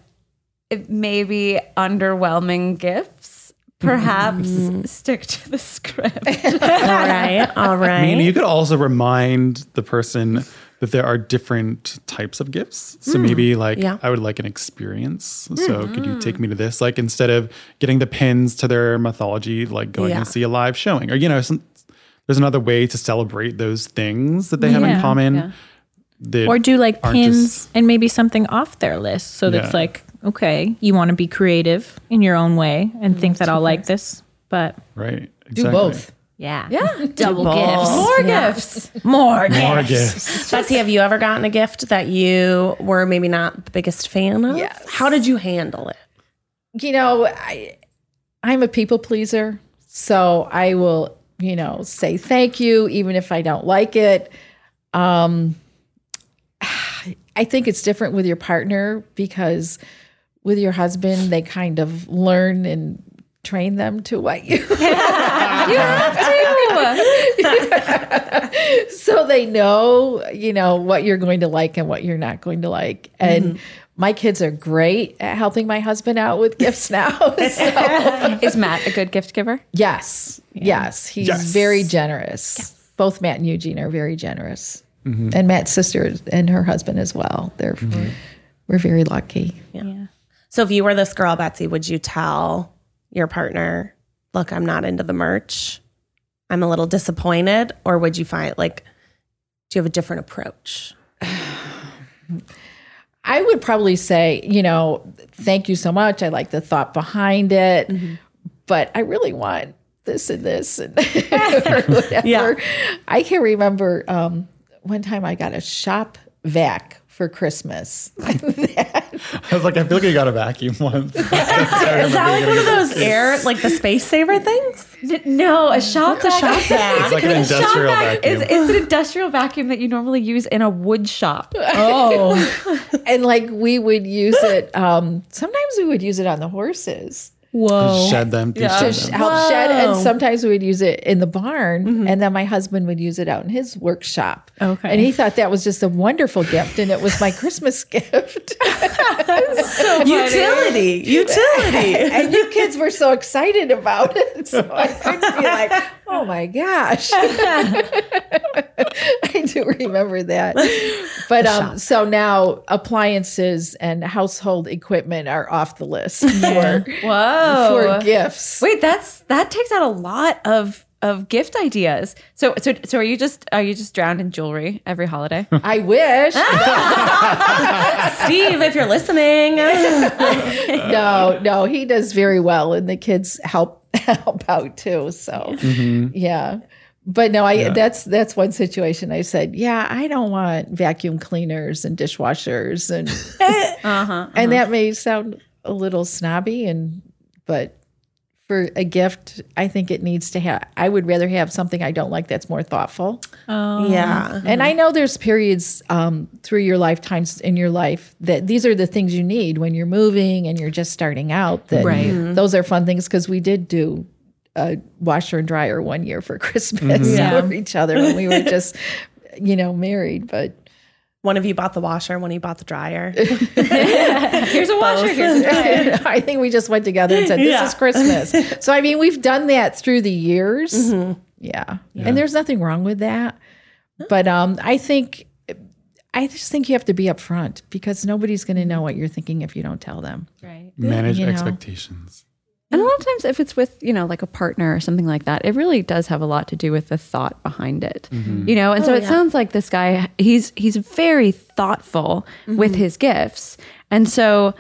Speaker 4: maybe underwhelming gifts, perhaps
Speaker 6: Mm-hmm.
Speaker 4: stick to the script. (laughs)
Speaker 5: (laughs) All right. All right.
Speaker 1: I mean, you could also remind the person that there are different types of gifts. So maybe like
Speaker 5: Mm. Yeah. Mm.
Speaker 1: I would like an experience. So could you take me to this? Like instead of getting the pins to their mythology, like going
Speaker 5: Yeah.
Speaker 1: and see a live showing, or you know, some, there's another way to celebrate those things that they have in
Speaker 6: Yeah,
Speaker 1: common. that
Speaker 6: or do like
Speaker 1: aren't
Speaker 6: pins
Speaker 1: just-
Speaker 6: and maybe something off their list so that's
Speaker 1: Yeah.
Speaker 6: like okay you want to be creative in your own way
Speaker 5: Mm,
Speaker 6: and think that i'll like this but
Speaker 1: right?
Speaker 3: Do
Speaker 1: Exactly.
Speaker 3: both.
Speaker 6: yeah
Speaker 4: Yeah.
Speaker 6: double gifts
Speaker 4: More gifts.
Speaker 6: more
Speaker 1: More
Speaker 6: gifts
Speaker 1: gifts.
Speaker 5: Betsy, have you ever gotten a gift that you were maybe not the biggest fan of?
Speaker 3: Yes.
Speaker 5: How did you handle it?
Speaker 3: You know, I I'm a people pleaser, so I will, you know, say thank you even if I don't like it. Um (sighs) I think it's different with your partner because with your husband they kind of learn and train them to what you (laughs)
Speaker 4: You have to.
Speaker 3: so they know you know what you're going to like and what you're not going to like and my kids are great at helping my husband out with gifts (laughs) now So,
Speaker 4: Is Matt a good gift giver?
Speaker 3: yes yes he's
Speaker 1: Yes.
Speaker 3: very generous both matt and eugene are very generous and matt's sister and her husband as well they're we're very lucky
Speaker 5: So if you were this girl, Betsy, would you tell your partner, look, I'm not into the merch. I'm a little disappointed. Or would you find like, do you have a different approach?
Speaker 3: I would probably say, you know, thank you so much. I like the thought behind it, but I really want this and this and (laughs) whatever.
Speaker 5: Yeah.
Speaker 3: I can remember um, one time I got a shop vac for Christmas.
Speaker 1: (laughs) I was like, I feel like you got a vacuum (laughs) once.
Speaker 5: Is that (laughs) like one of those air, like the space saver things?
Speaker 4: No, a shop a shop vac.
Speaker 1: It's like an
Speaker 4: (laughs) A shop
Speaker 1: industrial
Speaker 4: vac
Speaker 1: vacuum.
Speaker 4: Is, is an industrial vacuum that you normally use in a wood shop.
Speaker 3: and like we would use it, um, sometimes we would use it on the horses.
Speaker 1: Just shed them. Oh. Yeah.
Speaker 3: to sh- help shed. And sometimes we would use it in the barn, and then my husband would use it out in his workshop.
Speaker 6: Okay.
Speaker 3: and he thought that was just a wonderful gift, and it was my Christmas (laughs) gift.
Speaker 4: (laughs)
Speaker 5: Utility. Utility.
Speaker 3: and you kids were so excited about it, so I couldn't be like, "Oh my gosh!" (laughs) I do remember that. But um, so now appliances and household equipment are off the list for
Speaker 4: Whoa.
Speaker 3: for gifts.
Speaker 4: Wait, that's that takes out a lot of of gift ideas. So so so are you just are you just drowned in jewelry every holiday?
Speaker 3: I wish.
Speaker 5: Steve, if you're listening.
Speaker 3: (laughs) no, no, he does very well, and the kids help (laughs) help out too. So yeah, but no, I that's that's one situation. I said, yeah, I don't want vacuum cleaners and dishwashers, and (laughs) and that may sound a little snobby, and but for a gift, I think it needs to have. I would rather have something I don't like that's more thoughtful.
Speaker 4: Um,
Speaker 5: yeah.
Speaker 3: And I know there's periods um, through your lifetimes in your life that these are the things you need when you're moving and you're just starting out. That
Speaker 6: Right.
Speaker 3: those are fun things because we did do a washer and dryer one year for (laughs) Christmas
Speaker 6: Yeah.
Speaker 3: for each other when we were just, you know, married. But
Speaker 5: One of you bought the washer, one of you bought the dryer.
Speaker 4: (laughs) Here's a washer. Here's
Speaker 3: (laughs)
Speaker 4: a
Speaker 3: I think we just went together and said, "This
Speaker 5: Yeah.
Speaker 3: is Christmas." so I mean, we've done that through the years. Yeah. and there's nothing wrong with that. But um, I think, I just think you have to be upfront because nobody's going to know what you're thinking if you don't tell them.
Speaker 1: Manage
Speaker 3: You know.
Speaker 1: expectations.
Speaker 4: And a lot of times, if it's with, you know, like a partner or something like that, it really does have a lot to do with the thought behind it, you know? And so it sounds like this guy, he's, he's very thoughtful with his gifts. And so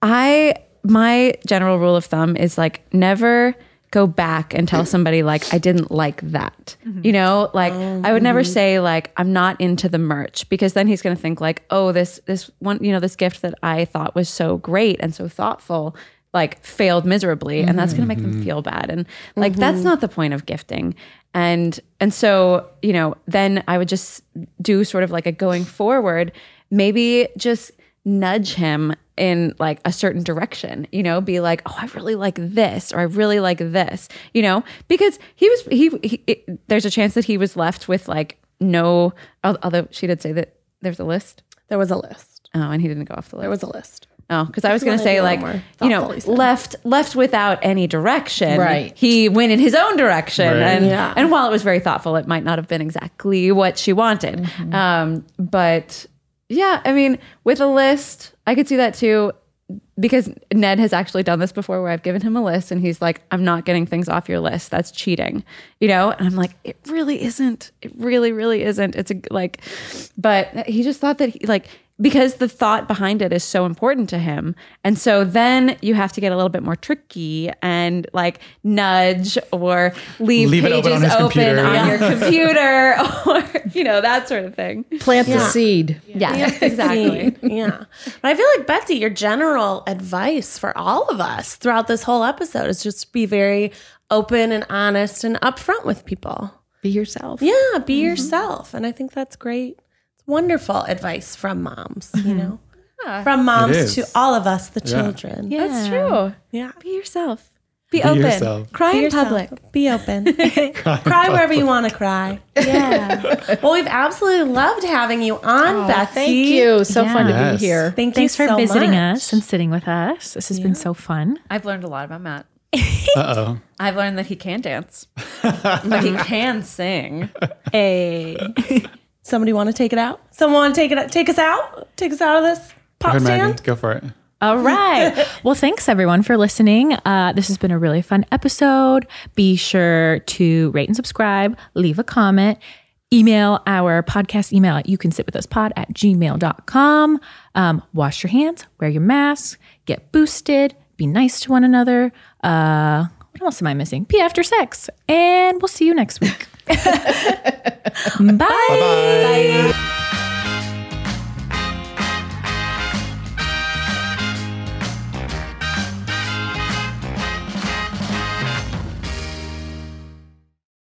Speaker 4: I, my general rule of thumb is like never go back and tell somebody like, I didn't like that, you know, like I would never say like, I'm not into the merch because then he's going to think like, oh, this, this one, you know, this gift that I thought was so great and so thoughtful like failed miserably and that's going to make them feel bad and like that's not the point of gifting and and so you know then i would just do sort of like a going forward maybe just nudge him in like a certain direction you know be like oh i really like this or i really like this you know because he was he, he it, there's a chance that he was left with like no although she did say that there's a list
Speaker 5: There was a list.
Speaker 4: oh and he didn't go off the list
Speaker 5: There was a list.
Speaker 4: Oh, because I was going to say like you know left left without any direction.
Speaker 3: Right.
Speaker 4: He went in his own direction,
Speaker 1: Right.
Speaker 4: and
Speaker 5: Yeah.
Speaker 4: and while it was very thoughtful, it might not have been exactly what she wanted. Um, but yeah, I mean, with a list, I could see that too. Because Ned has actually done this before, where I've given him a list and he's like, "I'm not getting things off your list. That's cheating," you know. And I'm like, "It really isn't. It really, really isn't. It's a, like," but he just thought that he like because the thought behind it is so important to him. And so then you have to get a little bit more tricky and like nudge or leave,
Speaker 1: Leave it
Speaker 4: pages
Speaker 1: open on his computer.
Speaker 4: on
Speaker 1: Yeah.
Speaker 4: your
Speaker 1: (laughs)
Speaker 4: computer (laughs) or you know that sort of thing.
Speaker 3: Plant the seed.
Speaker 4: Yeah, exactly.
Speaker 5: yeah. (laughs) But I feel like, Betsy, your general advice for all of us throughout this whole episode is just be very open and honest and upfront with people.
Speaker 3: Be yourself.
Speaker 5: Yeah, be yourself. And I think that's great. It's wonderful advice from moms, you know? From moms
Speaker 1: is.
Speaker 5: to all of us, the children. Yeah.
Speaker 4: (laughs) That's true.
Speaker 5: Yeah.
Speaker 4: Be yourself. Be, open.
Speaker 1: yourself.
Speaker 4: Cry in
Speaker 5: yourself.
Speaker 4: public.
Speaker 5: Be open. (laughs) cry wherever you want to cry. Yeah. (laughs) well, we've absolutely loved having you on, Betsy.
Speaker 3: Thank you. So fun to
Speaker 1: Yes.
Speaker 3: be here.
Speaker 5: Thank
Speaker 6: Thanks
Speaker 5: you
Speaker 6: for
Speaker 5: so
Speaker 6: visiting
Speaker 5: much.
Speaker 6: us and sitting with us. This has been so fun.
Speaker 4: I've learned a lot about Matt.
Speaker 1: Uh oh.
Speaker 4: I've learned that he can dance. but he can sing.
Speaker 6: Hey.
Speaker 5: Somebody want to take it out? Someone want to take it? out- Take us out? Take us out of this
Speaker 1: Go
Speaker 5: pop
Speaker 1: ahead,
Speaker 5: stand?
Speaker 1: Maggie. Go for it.
Speaker 6: All right. well, thanks everyone for listening. Uh, this has been a really fun episode. Be sure to rate and subscribe, leave a comment, email our podcast email at you can sit with us pod at gmail.com. Um, wash your hands, wear your mask, get boosted, be nice to one another. Uh, what else am I missing? Pee after (laughs) sex. And we'll see you next week. Bye.
Speaker 1: Bye.